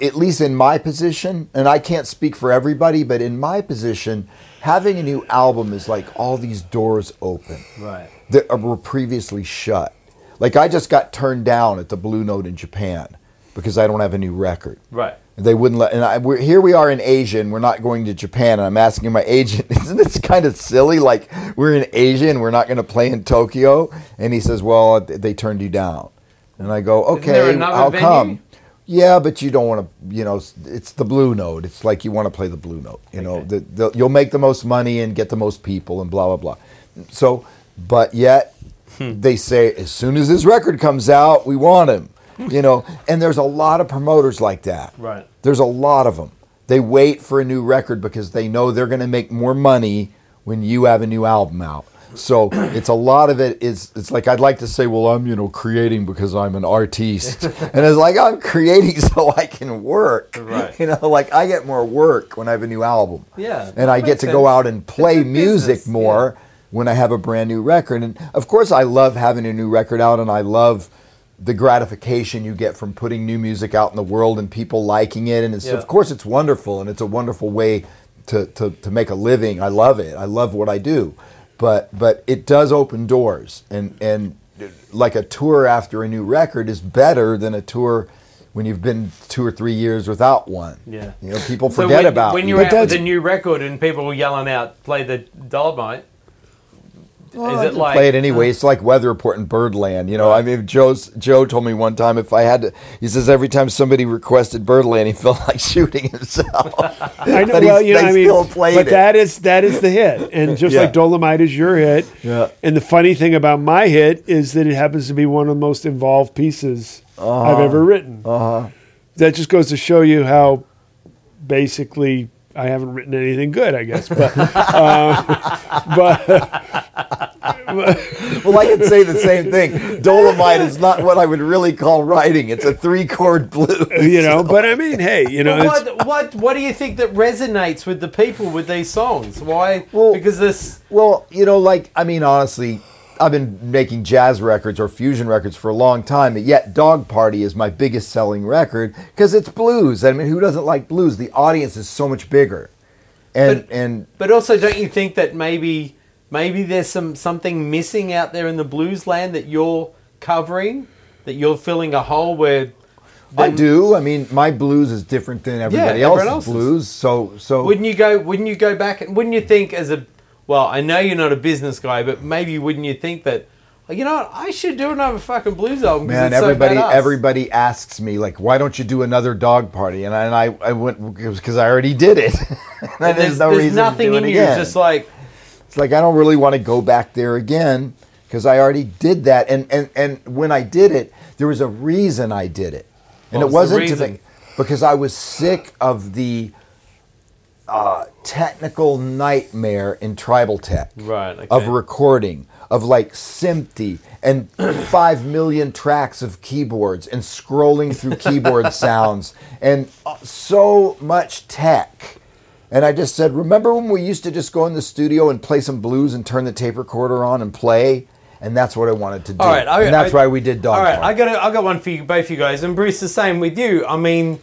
at least in my position, and I can't speak for everybody, but in my position, having a new album is like all these doors open Right. that uh, were previously shut. Like I just got turned down at the Blue Note in Japan because I don't have a new record. Right. They wouldn't let, and I, we're, here we are in Asia, and we're not going to Japan. And I'm asking my agent, isn't this kind of silly? Like we're in Asia, and we're not going to play in Tokyo. And he says, well, th- they turned you down. And I go, Isn't there okay, another I'll venue? come. Yeah, but you don't want to, you know, s- it's the blue note. It's like you want to play the blue note. You know, the, the, you'll make the most money and get the most people and blah, blah, blah. So, but yet they say as soon as his record comes out, we want him. you know, and there's a lot of promoters like that. Right. There's a lot of them. They wait for a new record because they know they're going to make more money when you have a new album out. So it's a lot of it is it's like I'd like to say, well, I'm you know creating because I'm an artiste, and it's like I'm creating so I can work. Right. You know, like I get more work when I have a new album. Yeah, And I that get makes to go sense. out and play It's a business, music more when I have a brand new record. And of course, I love having a new record out, and I love the gratification you get from putting new music out in the world and people liking it. And it's, Yeah. of course, it's wonderful, and it's a wonderful way to, to, to make a living. I love it. I love what I do. But but it does open doors, and and like a tour after a new record is better than a tour when you've been two or three years without one. Yeah. you know, people So forget when, about when you. you're But out with a that's- new record and people were yelling out, "Play the Dolomite." Well, is I it can like play it uh, anyway? It's like weather report in Birdland. You know, I mean, Joe's, Joe told me one time if I had to, he says every time somebody requested Birdland, he felt like shooting himself. I know. But well, he's- you know, they I mean, still played but it. that is that is the hit, and just Yeah. like Dolomite is your hit. Yeah. And the funny thing about my hit is that it happens to be one of the most involved pieces Uh-huh. I've ever written. That just goes to show you how basically I haven't written anything good, I guess. But um, but well, I could say the same thing. Dolomite is not what I would really call writing. It's a three chord blues. you know, but I mean, hey, you know, But it's, what, what what do you think that resonates with the people with these songs? Why? Well- because this Well, you know, like I mean, honestly, I've been making jazz records or fusion records for a long time, but yet Dog Party is my biggest selling record because it's blues. I mean, who doesn't like blues? The audience is so much bigger, and But- and But also, don't you think that maybe maybe there's some something missing out there in the blues land that you're covering, that you're filling a hole where I do. I mean, my blues is different than everybody everyone else's, else's. blues. So so wouldn't you go wouldn't you go back and wouldn't you think as a well I know you're not a business guy, but maybe wouldn't you think that "Oh, you know what I should do another fucking blues album? 'cause Man, it's so everybody, badass." everybody asks me like, "Why don't you do another dog party?" And I, and I, I went because I already did it. and And there's, there's nothing in you. It's just like It's like I don't really want to go back there again because I already did that. And and and when I did it, there was a reason I did it, and What it was the wasn't to reason? make, because I was sick of the uh, technical nightmare in tribal tech Right, of okay. recording of like Simpty and five million tracks of keyboards and scrolling through keyboard sounds and uh, so much tech. And I just said, remember when we used to just go in the studio and play some blues and turn the tape recorder on and play? And that's what I wanted to do. All right, I- and that's I- why we did Dog All right, I Park. got a, I got one for you, both you guys, and Bruce. The same with you. I mean,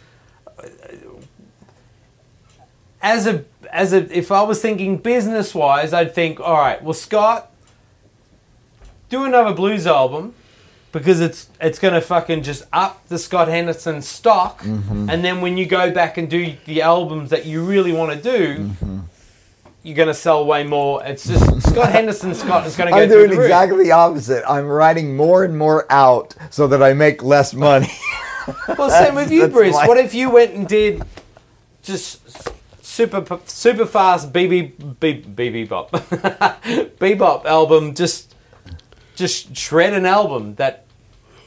as a as a if I was thinking business wise, I'd think, all right, well, Scott, do another blues album because it's it's gonna fucking just up the Scott Henderson stock, Mm-hmm. and then when you go back and do the albums that you really want to do. Mm-hmm. You're gonna sell way more. It's just Scott Henderson. Scott is gonna go I'm through doing the roof. exactly the opposite. I'm writing more and more out so that I make less money. Well, same with you, that's Bruce. why- What if you went and did just s- super p- super fast BB B- BB bop bebop album? Just just shred an album that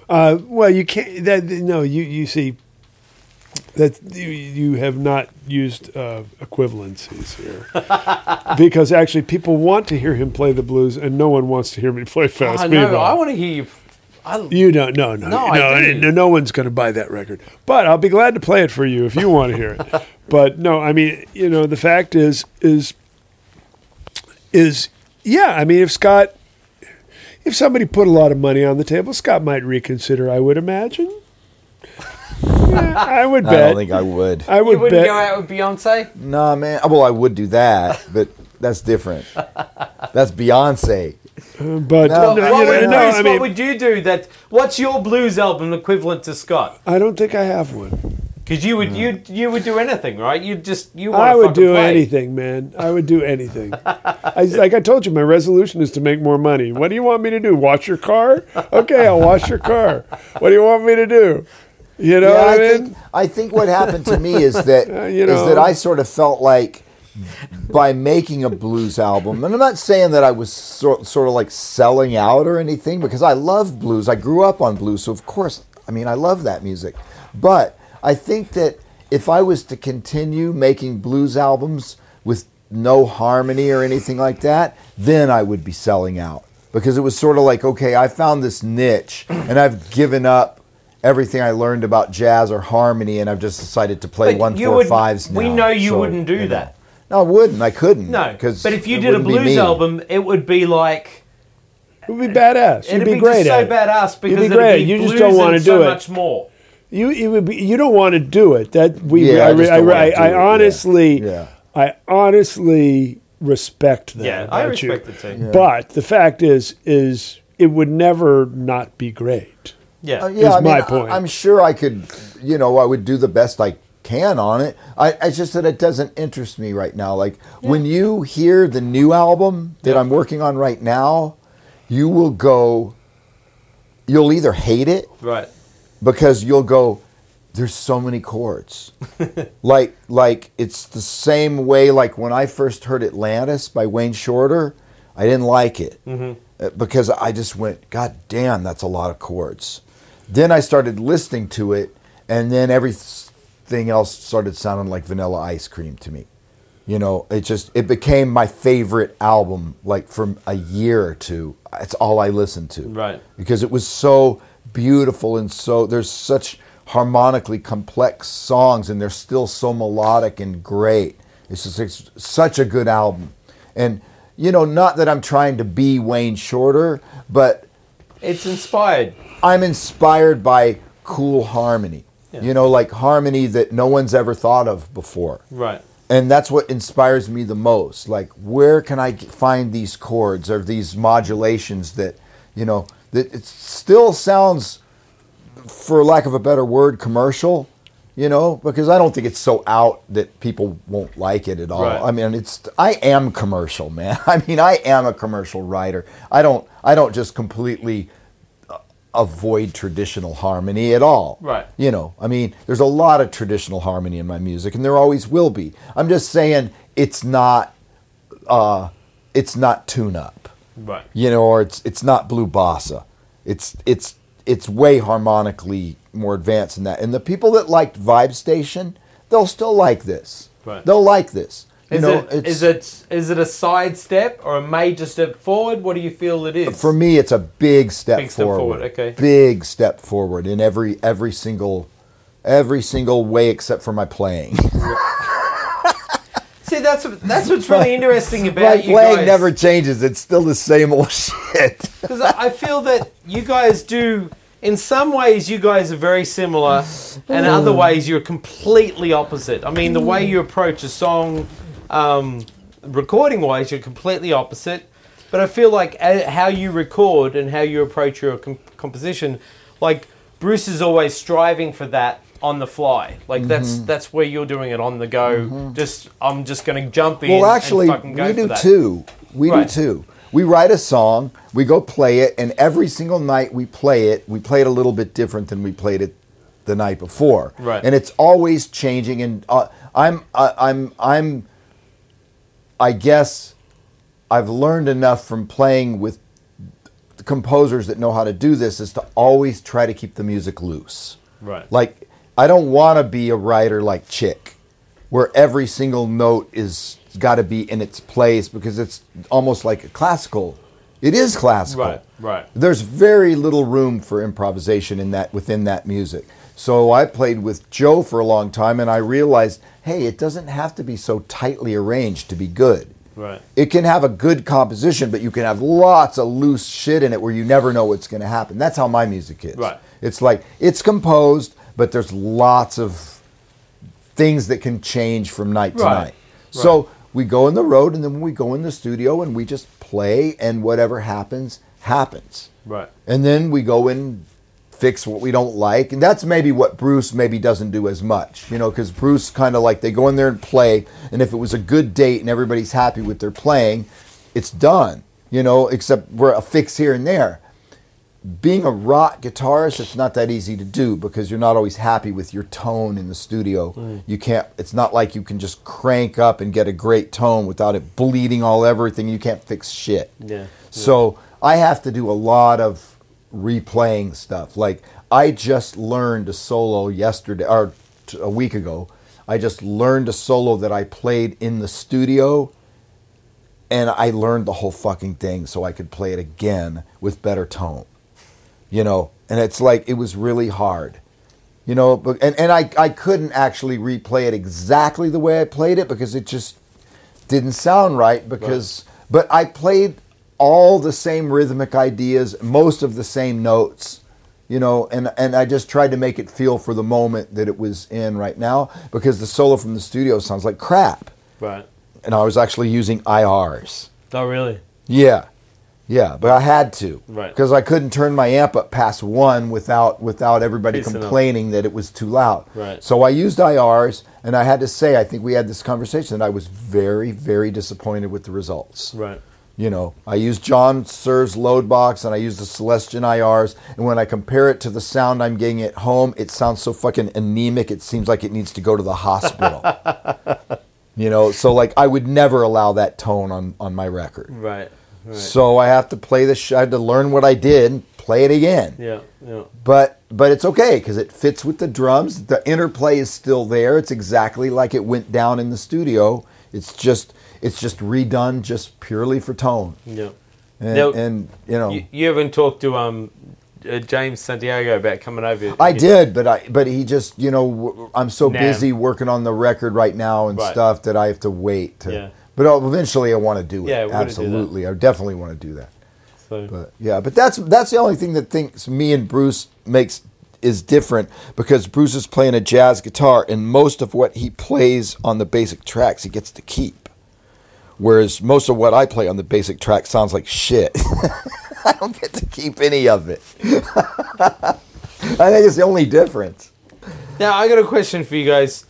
uh, well, you can't. That no, you you see. That you, you have not used uh, equivalencies here, because actually people want to hear him play the blues, and no one wants to hear me play fast I bebop. know. I want to hear you. I, You don't. No, no, No, no. I do. no, no one's going to buy that record. But I'll be glad to play it for you if you want to hear it. But no, I mean, you know, the fact is, is, is, yeah. I mean, if Scott, if somebody put a lot of money on the table, Scott might reconsider. I would imagine. Yeah, I would I bet. I, don't think I would. you would wouldn't bet. go out with Beyonce. Nah, man. Well, I would do that, but that's different. That's Beyonce. But No, no, no, what you would, know, no, Bruce, I mean, what would you do? That what's your blues album equivalent to Scott? I don't think I have one. Because you would you you would do anything, right? You just you. wanna Mm. I would fucking do play. anything, man. I would do anything. I, like I told you, my resolution is to make more money. What do you want me to do? Wash your car? Okay, I'll wash your car. What do you want me to do? You know Yeah, what I I mean? think I think what happened to me is that Uh, is you know. that I sort of felt like by making a blues album, and I'm not saying that I was sort sort of like selling out or anything because I love blues. I grew up on blues, so of course I mean, I love that music. But I think that if I was to continue making blues albums with no harmony or anything like that, then I would be selling out. Because it was sort of like, okay, I found this niche and I've given up everything I learned about jazz or harmony and I've just decided to play But one you four wouldn't- fives now. we know you wouldn't do know. that. No, I wouldn't. I couldn't. No, 'cause but if you it did a wouldn't be blues me. album, it would be like It would be badass. You'd it'd be, be, great just so at it. badass because it'd be great. You just blues don't wanna and do so it. Much more. You it would be, you don't want to do it. That we Yeah, I, I just I, don't I, wanna do I it, yeah. honestly Yeah. I honestly respect that. Yeah, I about you. respect it too. But the fact is is it would never not be great. Oh, Yeah, Uh, yeah, is I mean, my I- point. I'm sure I could, you know, I would do the best I can on it. I, it's just that it doesn't interest me right now. Like when you hear the new album that I'm working on right now, you will go, you'll either hate it right. because you'll go there's so many chords like like it's the same way like when i first heard atlantis by wayne shorter i didn't like it Uh, because i just went god damn that's a lot of chords then i started listening to it and then everything else started sounding like vanilla ice cream to me you know it just it became my favorite album like from a year or two it's all i listened to Right. because it was so beautiful and so there's such harmonically complex songs and they're still so melodic and great it's just it's such a good album and you know not that i'm trying to be wayne shorter but It's inspired. I'm inspired by cool harmony. You know, like harmony that no one's ever thought of before. Right. And that's what inspires me the most. Like, where can I g- find these chords or these modulations that, you know, that it still sounds, for lack of a better word, commercial, you know, because I don't think it's so out that people won't like it at all. Right. I mean, it's, I am commercial, man. I mean, I am a commercial writer. I don't, I don't just completely avoid traditional harmony at all. Right. You know, I mean, there's a lot of traditional harmony in my music, and there always will be. I'm just saying it's not, uh, it's not tune up. Right. You know, or it's it's not blue bossa. It's it's it's way harmonically more advanced than that. And the people that liked Vibe Station, they'll still like this. Right. They'll like this. You Is, know, it, is it is it a sidestep or a major step forward? What do you feel it is? for me it's a big step Big step forward. forward, okay. Big step forward in every every single every single way except for my playing. See, that's what- that's what's really interesting my about you playing guys. never changes. It's still the same old shit. Because I I feel that you guys do, in some ways, you guys are very similar, and in other ways, you're completely opposite. I mean, the way you approach a song, um, recording wise, you're completely opposite. But I feel like a- how you record and how you approach your com- composition, like Bruce is always striving for that on the fly. Like Mm-hmm. that's that's where you're doing it on the go. Just I'm just gonna jump in. well, and actually, fucking go we for do that. too. We Right. do too. We write a song, we go play it, and every single night we play it, we play it a little bit different than we played it the night before. Right. And it's always changing. And uh, I'm, I I'm, I'm, I guess, I've learned enough from playing with composers that know how to do this is to always try to keep the music loose. Right. Like I don't want to be a writer like Chick, where every single note is got to be in its place because it's almost like a classical. It is classical. Right, right. There's very little room for improvisation in that within that music. So I played with Joe for a long time, and I realized, hey, it doesn't have to be so tightly arranged to be good. Right. It can have a good composition, but you can have lots of loose shit in it where you never know what's going to happen. That's how my music is. Right. It's like it's composed, but there's lots of things that can change from night to Right. night. So we go on the road, and then we go in the studio, and we just play, and whatever happens, happens. Right. And then we go and fix what we don't like. And that's maybe what Bruce maybe doesn't do as much, you know, because Bruce kind of like they go in there and play. And if it was a good date and everybody's happy with their playing, it's done, you know, except we're a fix here and there. Being a rock guitarist, it's not that easy to do because you're not always happy with your tone in the studio. You can't, it's not like you can just crank up and get a great tone without it bleeding all over everything. You can't fix shit. Yeah. So I have to do a lot of replaying stuff. Like I just learned to solo yesterday or t- a week ago. I just learned a solo that I played in the studio and I learned the whole fucking thing so I could play it again with better tone. You know, and it's like it was really hard. You know, but- and, and I, I couldn't actually replay it exactly the way I played it because it just didn't sound right because but I played all the same rhythmic ideas, most of the same notes. You know, and and I just tried to make it feel for the moment that it was in right now because the solo from the studio sounds like crap. Right. And I was actually using IRs. Oh, really? Yeah. Yeah, but I had to. Right. Because I couldn't turn my amp up past one without without everybody Pissing up. complaining that it was too loud. Right. So I used IRs and I had to say I think we had this conversation that I was very, very disappointed with the results. Right. You know, I used John Sir's load box and I used the Celestion IRs and when I compare it to the sound I'm getting at home, it sounds so fucking anemic it seems like it needs to go to the hospital. you know, so like I would never allow that tone on on my record. Right. Right. So I have to play the. Sh- I had to learn what I did, and play it again. Yeah. Yeah. But but it's okay because it fits with the drums. The interplay is still there. It's exactly like it went down in the studio. It's just it's just redone just purely for tone. Yeah. And, Now- and you know You, you haven't talked to um uh, James Santiago about coming over. I Yeah. did, but I but he just you know w- I'm so Nah. busy working on the record right now and Right. stuff that I have to wait. To, Yeah. But I'll- eventually I want to do it. Yeah, we're gonna do that. absolutely. I definitely want to do that. So, But yeah, but that's that's the only thing that thinks me and Bruce makes is different because Bruce is playing a jazz guitar and most of what he plays on the basic tracks he gets to keep. Whereas most of what I play on the basic track sounds like shit. I don't get to keep any of it. I think it's the only difference. now I got a question for you guys.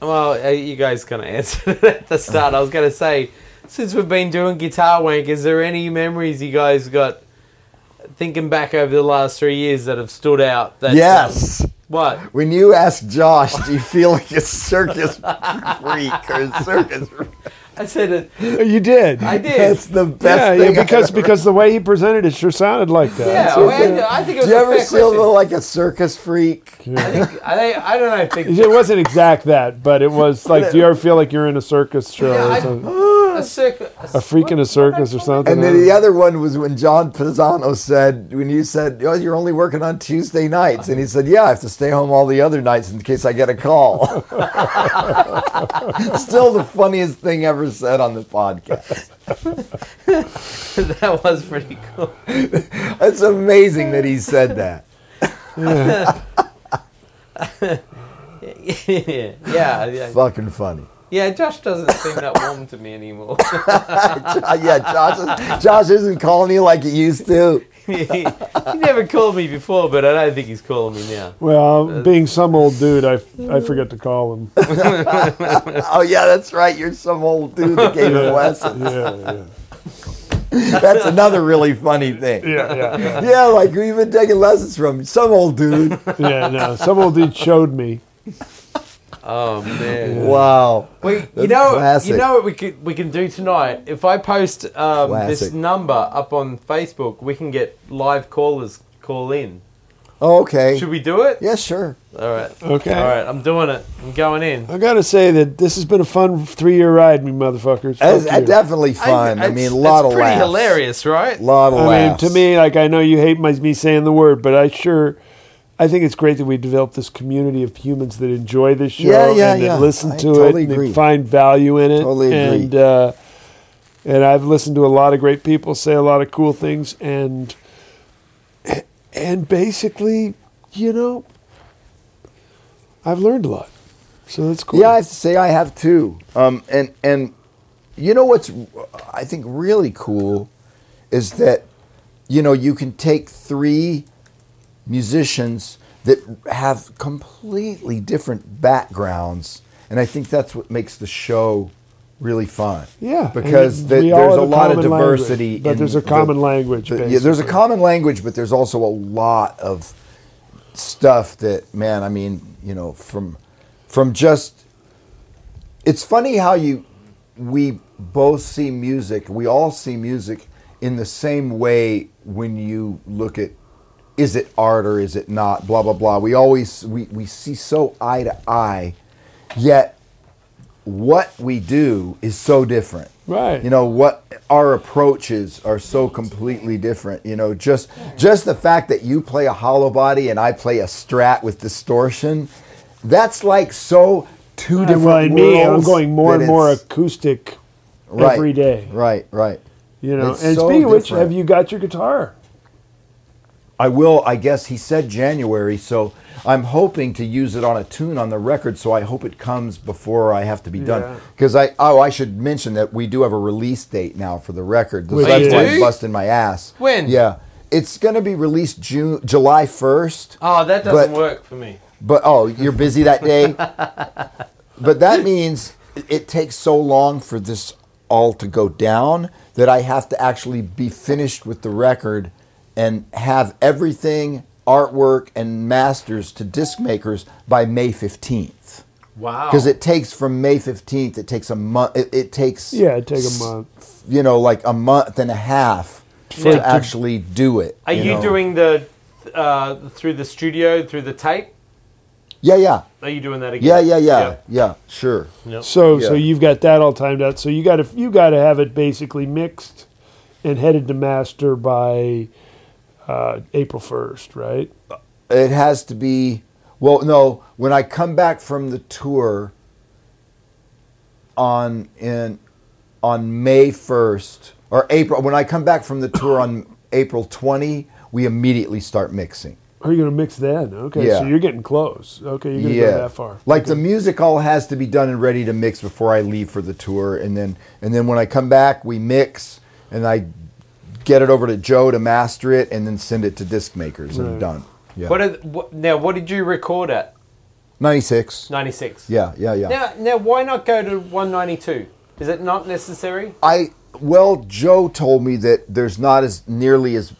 Well, uh, you guys gonna answer it at the start. I was gonna say, since we've been doing Guitar Wank, is there any memories you guys got thinking back over the last three years that have stood out? That, um, yes. what? when you ask Josh, do you feel like a circus freak or a circus? I said it. You did. I did. That's the best yeah, thing. yeah, I've because ever- because the way he presented it sure sounded like that. yeah, So- well, I, I think it was Do you a ever fair feel question. like a circus freak? I, think, I, think- I don't know. I think It wasn't exact that, but it was like, do you ever feel like you're in a circus show Yeah, I- or something? a circus. A freak in a circus or something? And then the other one was when John Pisano said, when you said, oh, you're only working on Tuesday nights. And he said, yeah, I have to stay home all the other nights in case I get a call. Still the funniest thing ever said on the podcast. that was pretty cool. It's amazing that he said that. yeah, yeah, yeah. Fucking funny. Yeah, Josh doesn't seem that warm to me anymore. Uh, yeah, Josh, is, Josh isn't calling you like he used to. he, he never called me before, but I don't think he's calling me now. well, being some old dude, I, I forget to call him. yeah, Oh, yeah, that's right. You're some old dude that gave him lessons. yeah, That's another really funny yeah, thing. yeah, yeah. Yeah, like who you been taking lessons from? Some old dude. Yeah, no, some old dude showed me. Oh man! Wow. We, you That's know, classic. you know what we could we can do tonight? If I post um, this Classic. number up on Facebook, we can get live callers call in. Oh, okay. Should we do it? Yeah, sure. All right. Okay. All right. I'm doing it. I'm going in. I gotta say that this has been a fun three-year ride, me motherfuckers. That's Fuck you. uh, definitely fun. I, mean, it's- a lot it's of pretty laughs. hilarious, right? lot of I mean, laughs. to me, like I know you hate my, me saying the word, but I sure, I think it's great that we developed this community of humans that enjoy this show Yeah, yeah, and yeah. that listen I to totally it and agree. that find value in it. Totally agree. And uh, and I've listened to a lot of great people say a lot of cool things, and and basically, you know, I've learned a lot, so that's cool. Yeah, I have to say I have too. Um, and and you know what's I think really cool is that you know you can take three musicians that have completely different backgrounds, and I think that's what makes the show really fun. Yeah, and because the, we all there's have a lot of common language, diversity. but in there's a the- common language. the- yeah, there's a basically. common language, but there's also a lot of stuff that, man. I mean, you know, from from just. It's funny how you we both see music. We all see music in the same way when you look at is it art or is it not? Blah blah blah. We always we, we see so eye to eye, yet what we do is so different. Right. You know what our approaches are so completely different. You know, just just the fact that you play a hollow body and I play a strat with distortion, that's like so two different well, and me, I'm worlds going more that and more it's- acoustic right, every day. Right, right. You know, It's and so speaking of which, different. have you got your guitar? I will, I guess he said January, so I'm hoping to use it on a tune on the record, so I hope it comes before I have to be Yeah. done. Because I, oh, I should mention that we do have a release date now for the record. So Wait, that's you why do? I'm busting my ass. When? Yeah. It's going to be released June, July 1st. Oh, that doesn't But- work for me. But oh, you're busy that day. but that means it takes so long for this all to go down that I have to actually be finished with the record and have everything artwork and masters to disc makers by May 15th. Wow. Cuz it takes from May 15th it takes a month it, it takes Yeah, it'd take a s- month. you know like a month and a half Yeah. to actually do it. Are you, know. doing the uh, through the studio through the tape? Yeah, yeah. Are you doing that again? Yeah, yeah, yeah. Yeah, sure. So, so Yeah. you've got that all timed out. So you got to you got to have it basically mixed and headed to master by uh, April first, right? it has to be well no when i come back from the tour on in on may 1st or april when i come back from the tour on april 20 we immediately start mixing Are you going to mix then? Okay, so Yeah. you're getting close. Okay, you're going to go that far. Like the music all has to be done and ready to mix before I leave for the tour, and then and then when I come back, we mix and I get it over to Joe to master it, and then send it to disc makers and Right. done. Yeah, What, are, what now? What did you record at ninety six. ninety six? Yeah, yeah, yeah. Now, now, why not go to one ninety two? Is it not necessary? I well, Joe told me that there's not as nearly as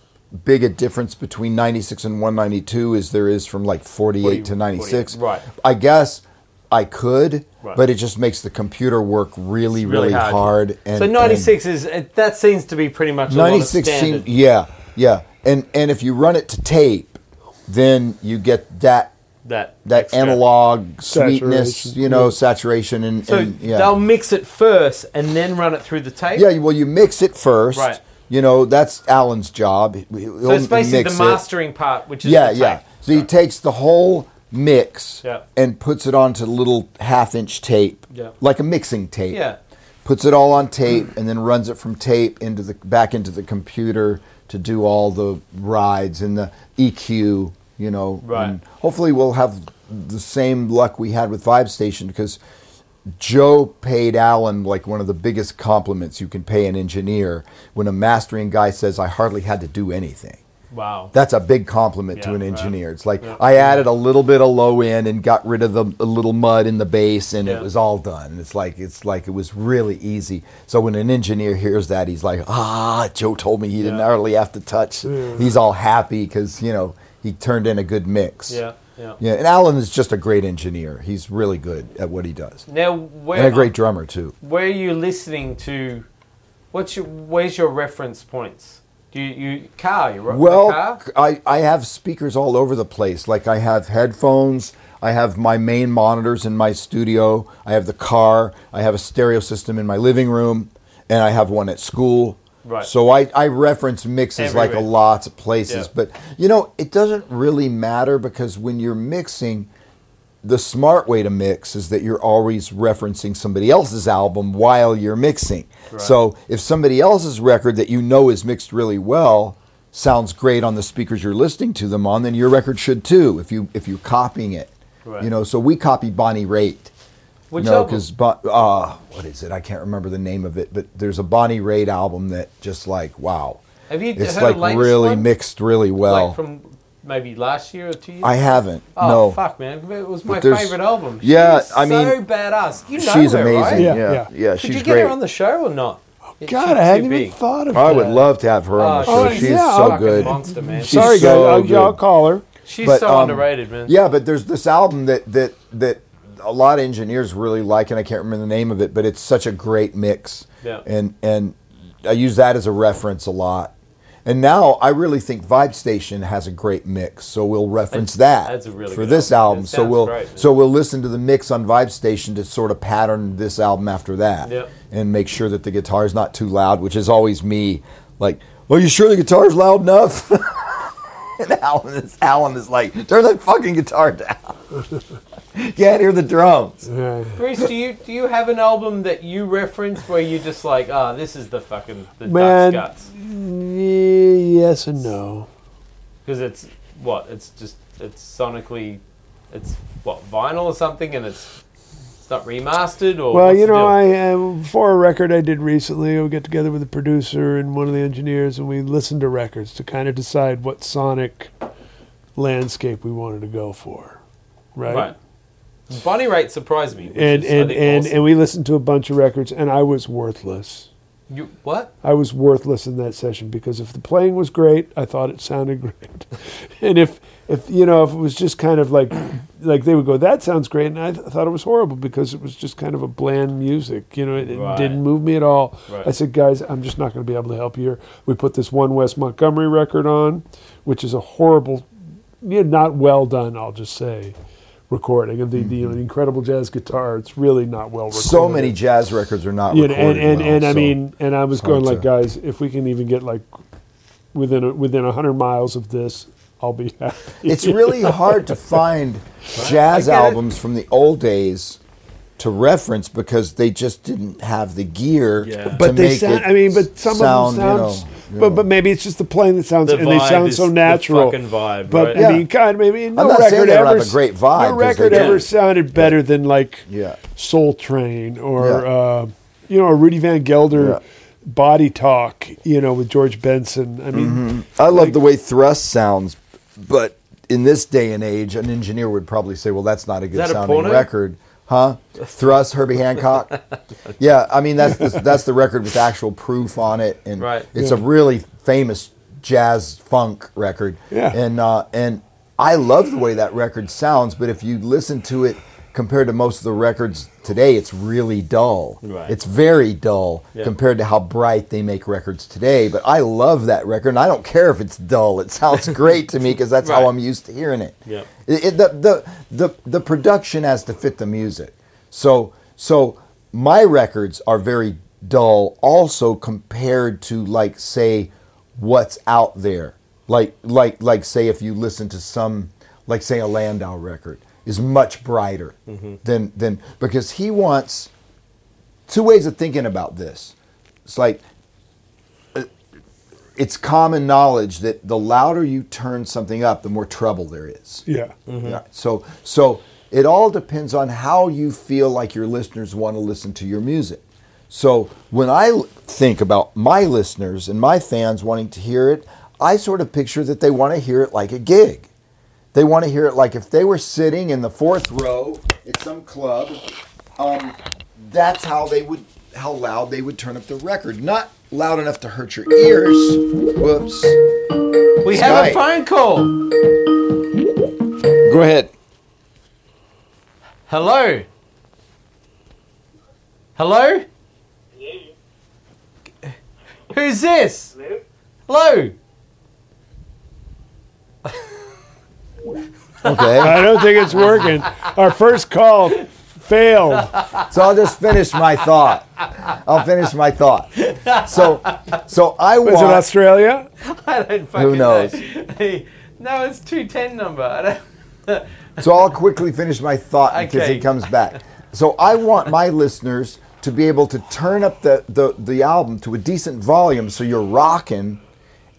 big a difference between 96 and 192 as there is from like 48 to 96. 48, right. I guess I could, Right. but it just makes the computer work really, really really, hard. hard. and so and- ninety six is it, that seems to be pretty much a lot of 96 seem- e, standard. yeah, yeah. And and if you run it to tape, then you get that that that extra. analog sweetness, Saturation, you know, yeah. saturation and, So and yeah. they'll mix it first and then run it through the tape. Yeah, well, you mix it first. Right. You know, that's Alan's job. So it's basically the mastering part, which is Yeah, the yeah. tape. So he takes the whole mix Yeah. and puts it onto little half inch tape, Yeah. like a mixing tape. Yeah. Puts it all on tape and then runs it from tape into the back into the computer to do all the rides and the EQ, you know. Right. And hopefully we'll have the same luck we had with Vibe Station because Joe paid Alan like one of the biggest compliments you can pay an engineer when a mastering guy says, I hardly had to do anything. Wow. That's a big compliment to Yeah, an right. engineer. It's like I added a little bit of low end and got rid of the a little mud in the bass, and Yeah. it was all done. It's like it's like it was really easy. So when an engineer hears that, he's like, "Ah, Joe told me he didn't Yeah. hardly have to touch." He's all happy because you know he turned in a good mix. yeah, yeah, yeah. And Alan is just a great engineer. He's really good at what he does, Now where and a great drummer too. where are you listening to? What's your where's your reference points? Do you, you car? You ro- the Well, car? c- I, I have speakers all over the place. Like I have headphones, I have my main monitors in my studio, I have the car, I have a stereo system in my living room, and I have one at school. Right. So I, I reference mixes like a Everywhere. lot of places. Yeah. But you know, it doesn't really matter because when you're mixing, the smart way to mix is that you're always referencing somebody else's album while you're mixing. So if somebody else's record that you know is mixed really well sounds great on the speakers you're listening to them on, then your record should too. If you if you're copying it, Right. you know. So we copy Bonnie Raitt. Which no, album? because Bon- uh, what is it? I can't remember the name of it, but there's a Bonnie Raitt album that just like wow, Have you it's heard the like latest really one? mixed really well. like from maybe last year or two years. I haven't. Oh no. fuck, man! It was my But there's- favorite album. She Yeah, is I mean, so badass. You know She's her, amazing. Right? Yeah, Yeah, yeah, yeah. Did she's you get great. her on the show or not? God, I hadn't even thought of that. I would love to have her on the Oh, show. she's She's a so fucking good. monster, man. She's Sorry, so guys. I'll, good. I'll call her. She's But, so um, underrated, man. Yeah, but there's this album that that that a lot of engineers really like, and I can't remember the name of it, but it's such a great mix. Yeah. And and I use that as a reference a lot. And now I really think Vibe Station has a great mix, so we'll reference that that's a really for good this album. album. It So sounds we'll great, man. so we'll listen to the mix on Vibe Station to sort of pattern this album after that, Yep. and make sure that the guitar is not too loud, which is always me. Like, are you sure the guitar is loud enough? and Alan is Alan is like, turn that fucking guitar down. Can't hear the drums. Bruce, do you do you have an album that you reference where you just like, ah, this is the fucking the Man. duck's guts Ye- yes and no. because it's what it's just it's sonically, it's what vinyl or something, and it's it's not remastered or Well, what's you the know, deal? I uh, for a record I did recently, we got together with a producer and one of the engineers, and we listened to records to kind of decide what sonic landscape we wanted to go for, right? right. Bonnie rate surprised me. Which And is, I and think, and, awesome. and we listened to a bunch of records, and I was worthless. you, what? I was worthless in that session because if the playing was great, I thought it sounded great, and if if you know if it was just kind of like like they would go that sounds great, and I th- thought it was horrible because it was just kind of a bland music, you know, it, it Right. didn't move me at all. Right. I said, guys, I'm just not going to be able to help you. here. We put this one West Montgomery record on, which is a horrible, yeah, not well done, I'll just say, recording of the, the, Mm-hmm. you know, the incredible jazz guitar. It's really not well recorded So many jazz records are not you know, recorded and and, well, and I so- mean, and I was hard going like, to- guys, if we can even get like within a, within hundred miles of this, I'll be happy. it's really hard to find jazz albums from the old days to reference because they just didn't have the gear. Yeah. to but they make sound. it I mean, but some sound, of them you know, sounds. you But know. but maybe it's just the playing that sounds, The and they vibe sound is so the natural. fucking vibe, but right? I mean, Yeah. God, maybe no I'm not saying record they don't ever have a s- great vibe, 'cause No they record do. ever sounded better than like Yeah. Soul Train or Yeah. uh, you know a Rudy Van Gelder. Yeah. Body talk, you know, with George Benson. I mean, I love the way thrust sounds, but in this day and age, an engineer would probably say, "Well, that's not a good that a sounding porno? record." Huh? Thrust, Herbie Hancock. yeah, I mean that's the, that's the record with actual proof on it, and Right. it's a Yeah. really famous jazz funk record. Yeah. and uh, and I love the way that record sounds, but if you listen to it compared to most of the records today, it's really dull. Right. It's very dull compared to how bright they make records today. But I love that record, and I don't care if it's dull. It sounds great to me because that's how Right. I'm used to hearing it. Yep. It, it- the, the the the production has to fit the music. So so my records are very dull, also compared to like say what's out there. Like like like say if you listen to some like say a Landau record is much brighter Mm-hmm. than than because he wants two ways of thinking about this. It's like uh, it's common knowledge that the louder you turn something up, the more trouble there is. yeah. Yeah. So so it all depends on how you feel like your listeners want to listen to your music. So when I l- think about my listeners and my fans wanting to hear it, I sort of picture that they want to hear it like a gig. They want to hear it like if they were sitting in the fourth row at some club. Um, that's how they would, how loud they would turn up the record. Not loud enough to hurt your ears. Whoops. We have Skype. a phone call. Go ahead. Hello. Hello. Hello? Who's this? Hello? Hello. Okay. I don't think it's working. Our first call failed. So I'll just finish my thought. I'll finish my thought. So, so I Was it want. Australia? I don't fucking knows? know. no, it's two ten number. I don't. So I'll quickly finish my thought because Okay. it comes back. So I want my listeners to be able to turn up the, the the album to a decent volume, so you're rocking,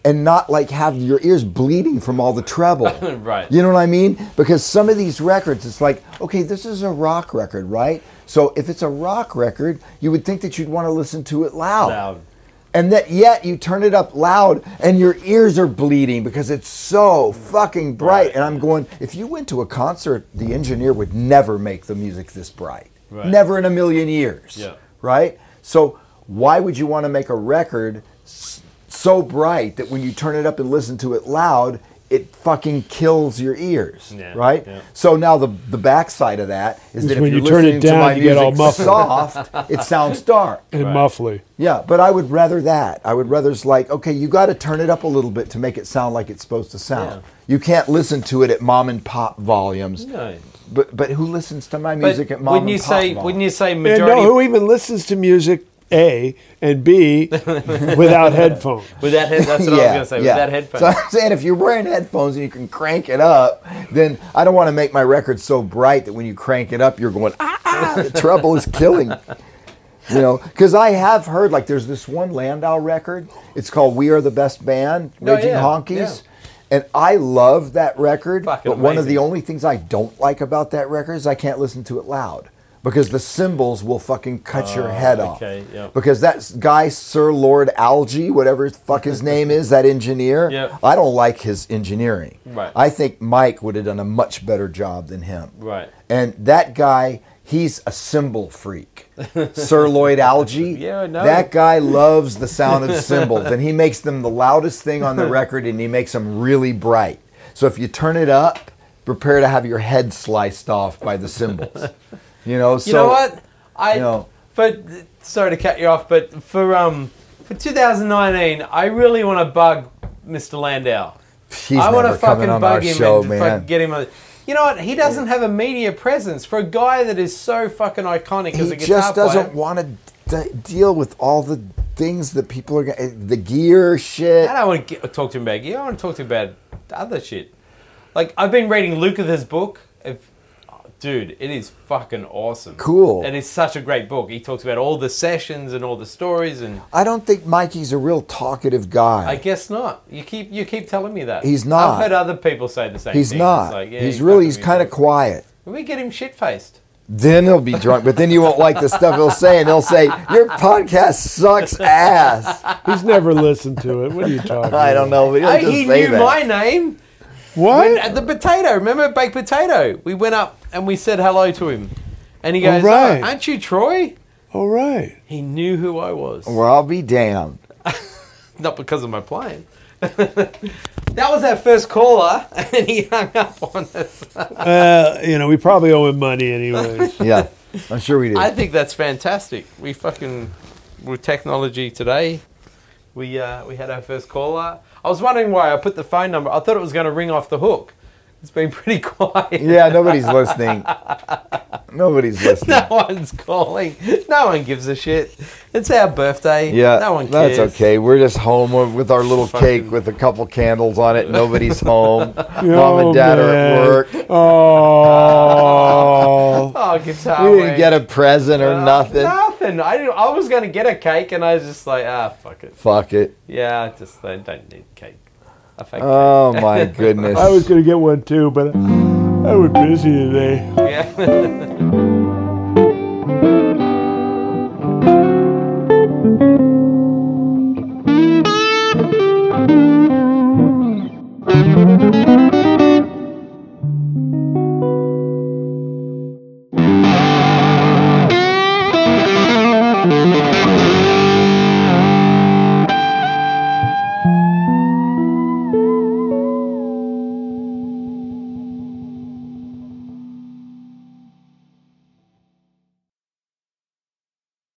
and not like have your ears bleeding from all the treble. Right. You know what I mean? Because some of these records, it's like, okay, this is a rock record, right? So if it's a rock record, you would think that you'd want to listen to it Loud. and that yet you turn it up loud and your ears are bleeding because it's so fucking bright and i'm going if you went to a concert the engineer would never make the music this bright Right. never in a million years Yeah. right so why would you want to make a record s- so bright that when you turn it up and listen to it loud it fucking kills your ears, Yeah, right? yeah. So now the the backside of that is Is that if when you're you turn it listening to down, my you get all music muffled. soft, it sounds dark. and muffly. Yeah, but I would rather that. I would rather it's like, okay, you got to turn it up a little bit to make it sound like it's supposed to sound. You can't listen to it at mom and pop volumes. No. But but who listens to my But music at mom wouldn't and you pop say? volumes? Wouldn't you say And majority no, who even listens to music? A and B without headphones. with that head? That's what I was gonna say. With that headphone, So I'm saying if you're wearing headphones and you can crank it up, then I don't want to make my record so bright that when you crank it up, you're going, ah, ah the treble is killing. You know, because I have heard like there's this one Landau record. It's called "We Are the Best Band," Raging Oh, yeah, Honkies, and I love that record. Fucking but one of amazing. the only things I don't like about that record is I can't listen to it loud because the cymbals will fucking cut Oh, your head off okay, yep. because that s- guy Sir Lord Algie, whatever the fuck his name is, that engineer. Yep. I don't like his engineering. Right. I think Mike would have done a much better job than him. Right. And that guy, he's a cymbal freak. Sir Lloyd Algie. Yeah, I know. That guy loves the sound of cymbals, and he makes them the loudest thing on the record, and he makes them really bright. So if you turn it up, prepare to have your head sliced off by the cymbals. You know. So you know what? I you know. for sorry to cut you off, but for um for 2019, I really want to bug Mr. Landau. He's I want to never coming fucking on bug our him show, and man. fucking get him. On, you know what? He doesn't have a media presence for a guy that is so fucking iconic as he a guitar just doesn't player. want to d- deal with all the things that people are going the gear shit. I don't want to talk to him about gear. I want to talk to him about other shit. Like I've been reading Lucas's book. If, oh, dude, it is fucking awesome. Cool. And it's such a great book. He talks about all the sessions and all the stories, and I don't think Mikey's a real talkative guy. I guess not. You keep you keep telling me that. He's not. I've heard other people say the same. he's thing. not. It's like, yeah, he's really he's fucking kind of retarded. quiet. we get him shit faced. Then he'll be drunk, but then you won't like the stuff he'll say, and he'll say your podcast sucks ass. He's never listened to it. What are you talking about? I don't know, but he'll I, just he say knew that. my name. When, What? at the potato, remember baked potato? We went up and we said hello to him, and he All goes, right. "Oh, "Aren't you Troy?" All right. He knew who I was, Well, I'll be damned. not because of my playing. that was our first caller, and he hung up on us. Uh, you know, we probably owe him money anyway. Yeah, I'm sure we do. I think that's fantastic. We fucking with technology today. We uh, we had our first caller. I was wondering why I put the phone number. I thought it was going to ring off the hook. It's been pretty quiet. yeah, nobody's listening. Nobody's listening. No one's calling. No one gives a shit. It's our birthday. Yeah, no one cares. That's okay. We're just home with- with our little cake with a couple candles on it. Nobody's home. Mom and Dad are at man. work. Oh. Oh, guitar. We wank. didn't get a present or nothing. Uh, Nothing. I didn't, I was gonna get a cake, and I was just like, ah, fuck it. Fuck it. Yeah, I just I don't need cake. I fake Oh my goodness. I was going to get one too, but I was busy today. cake. Yeah.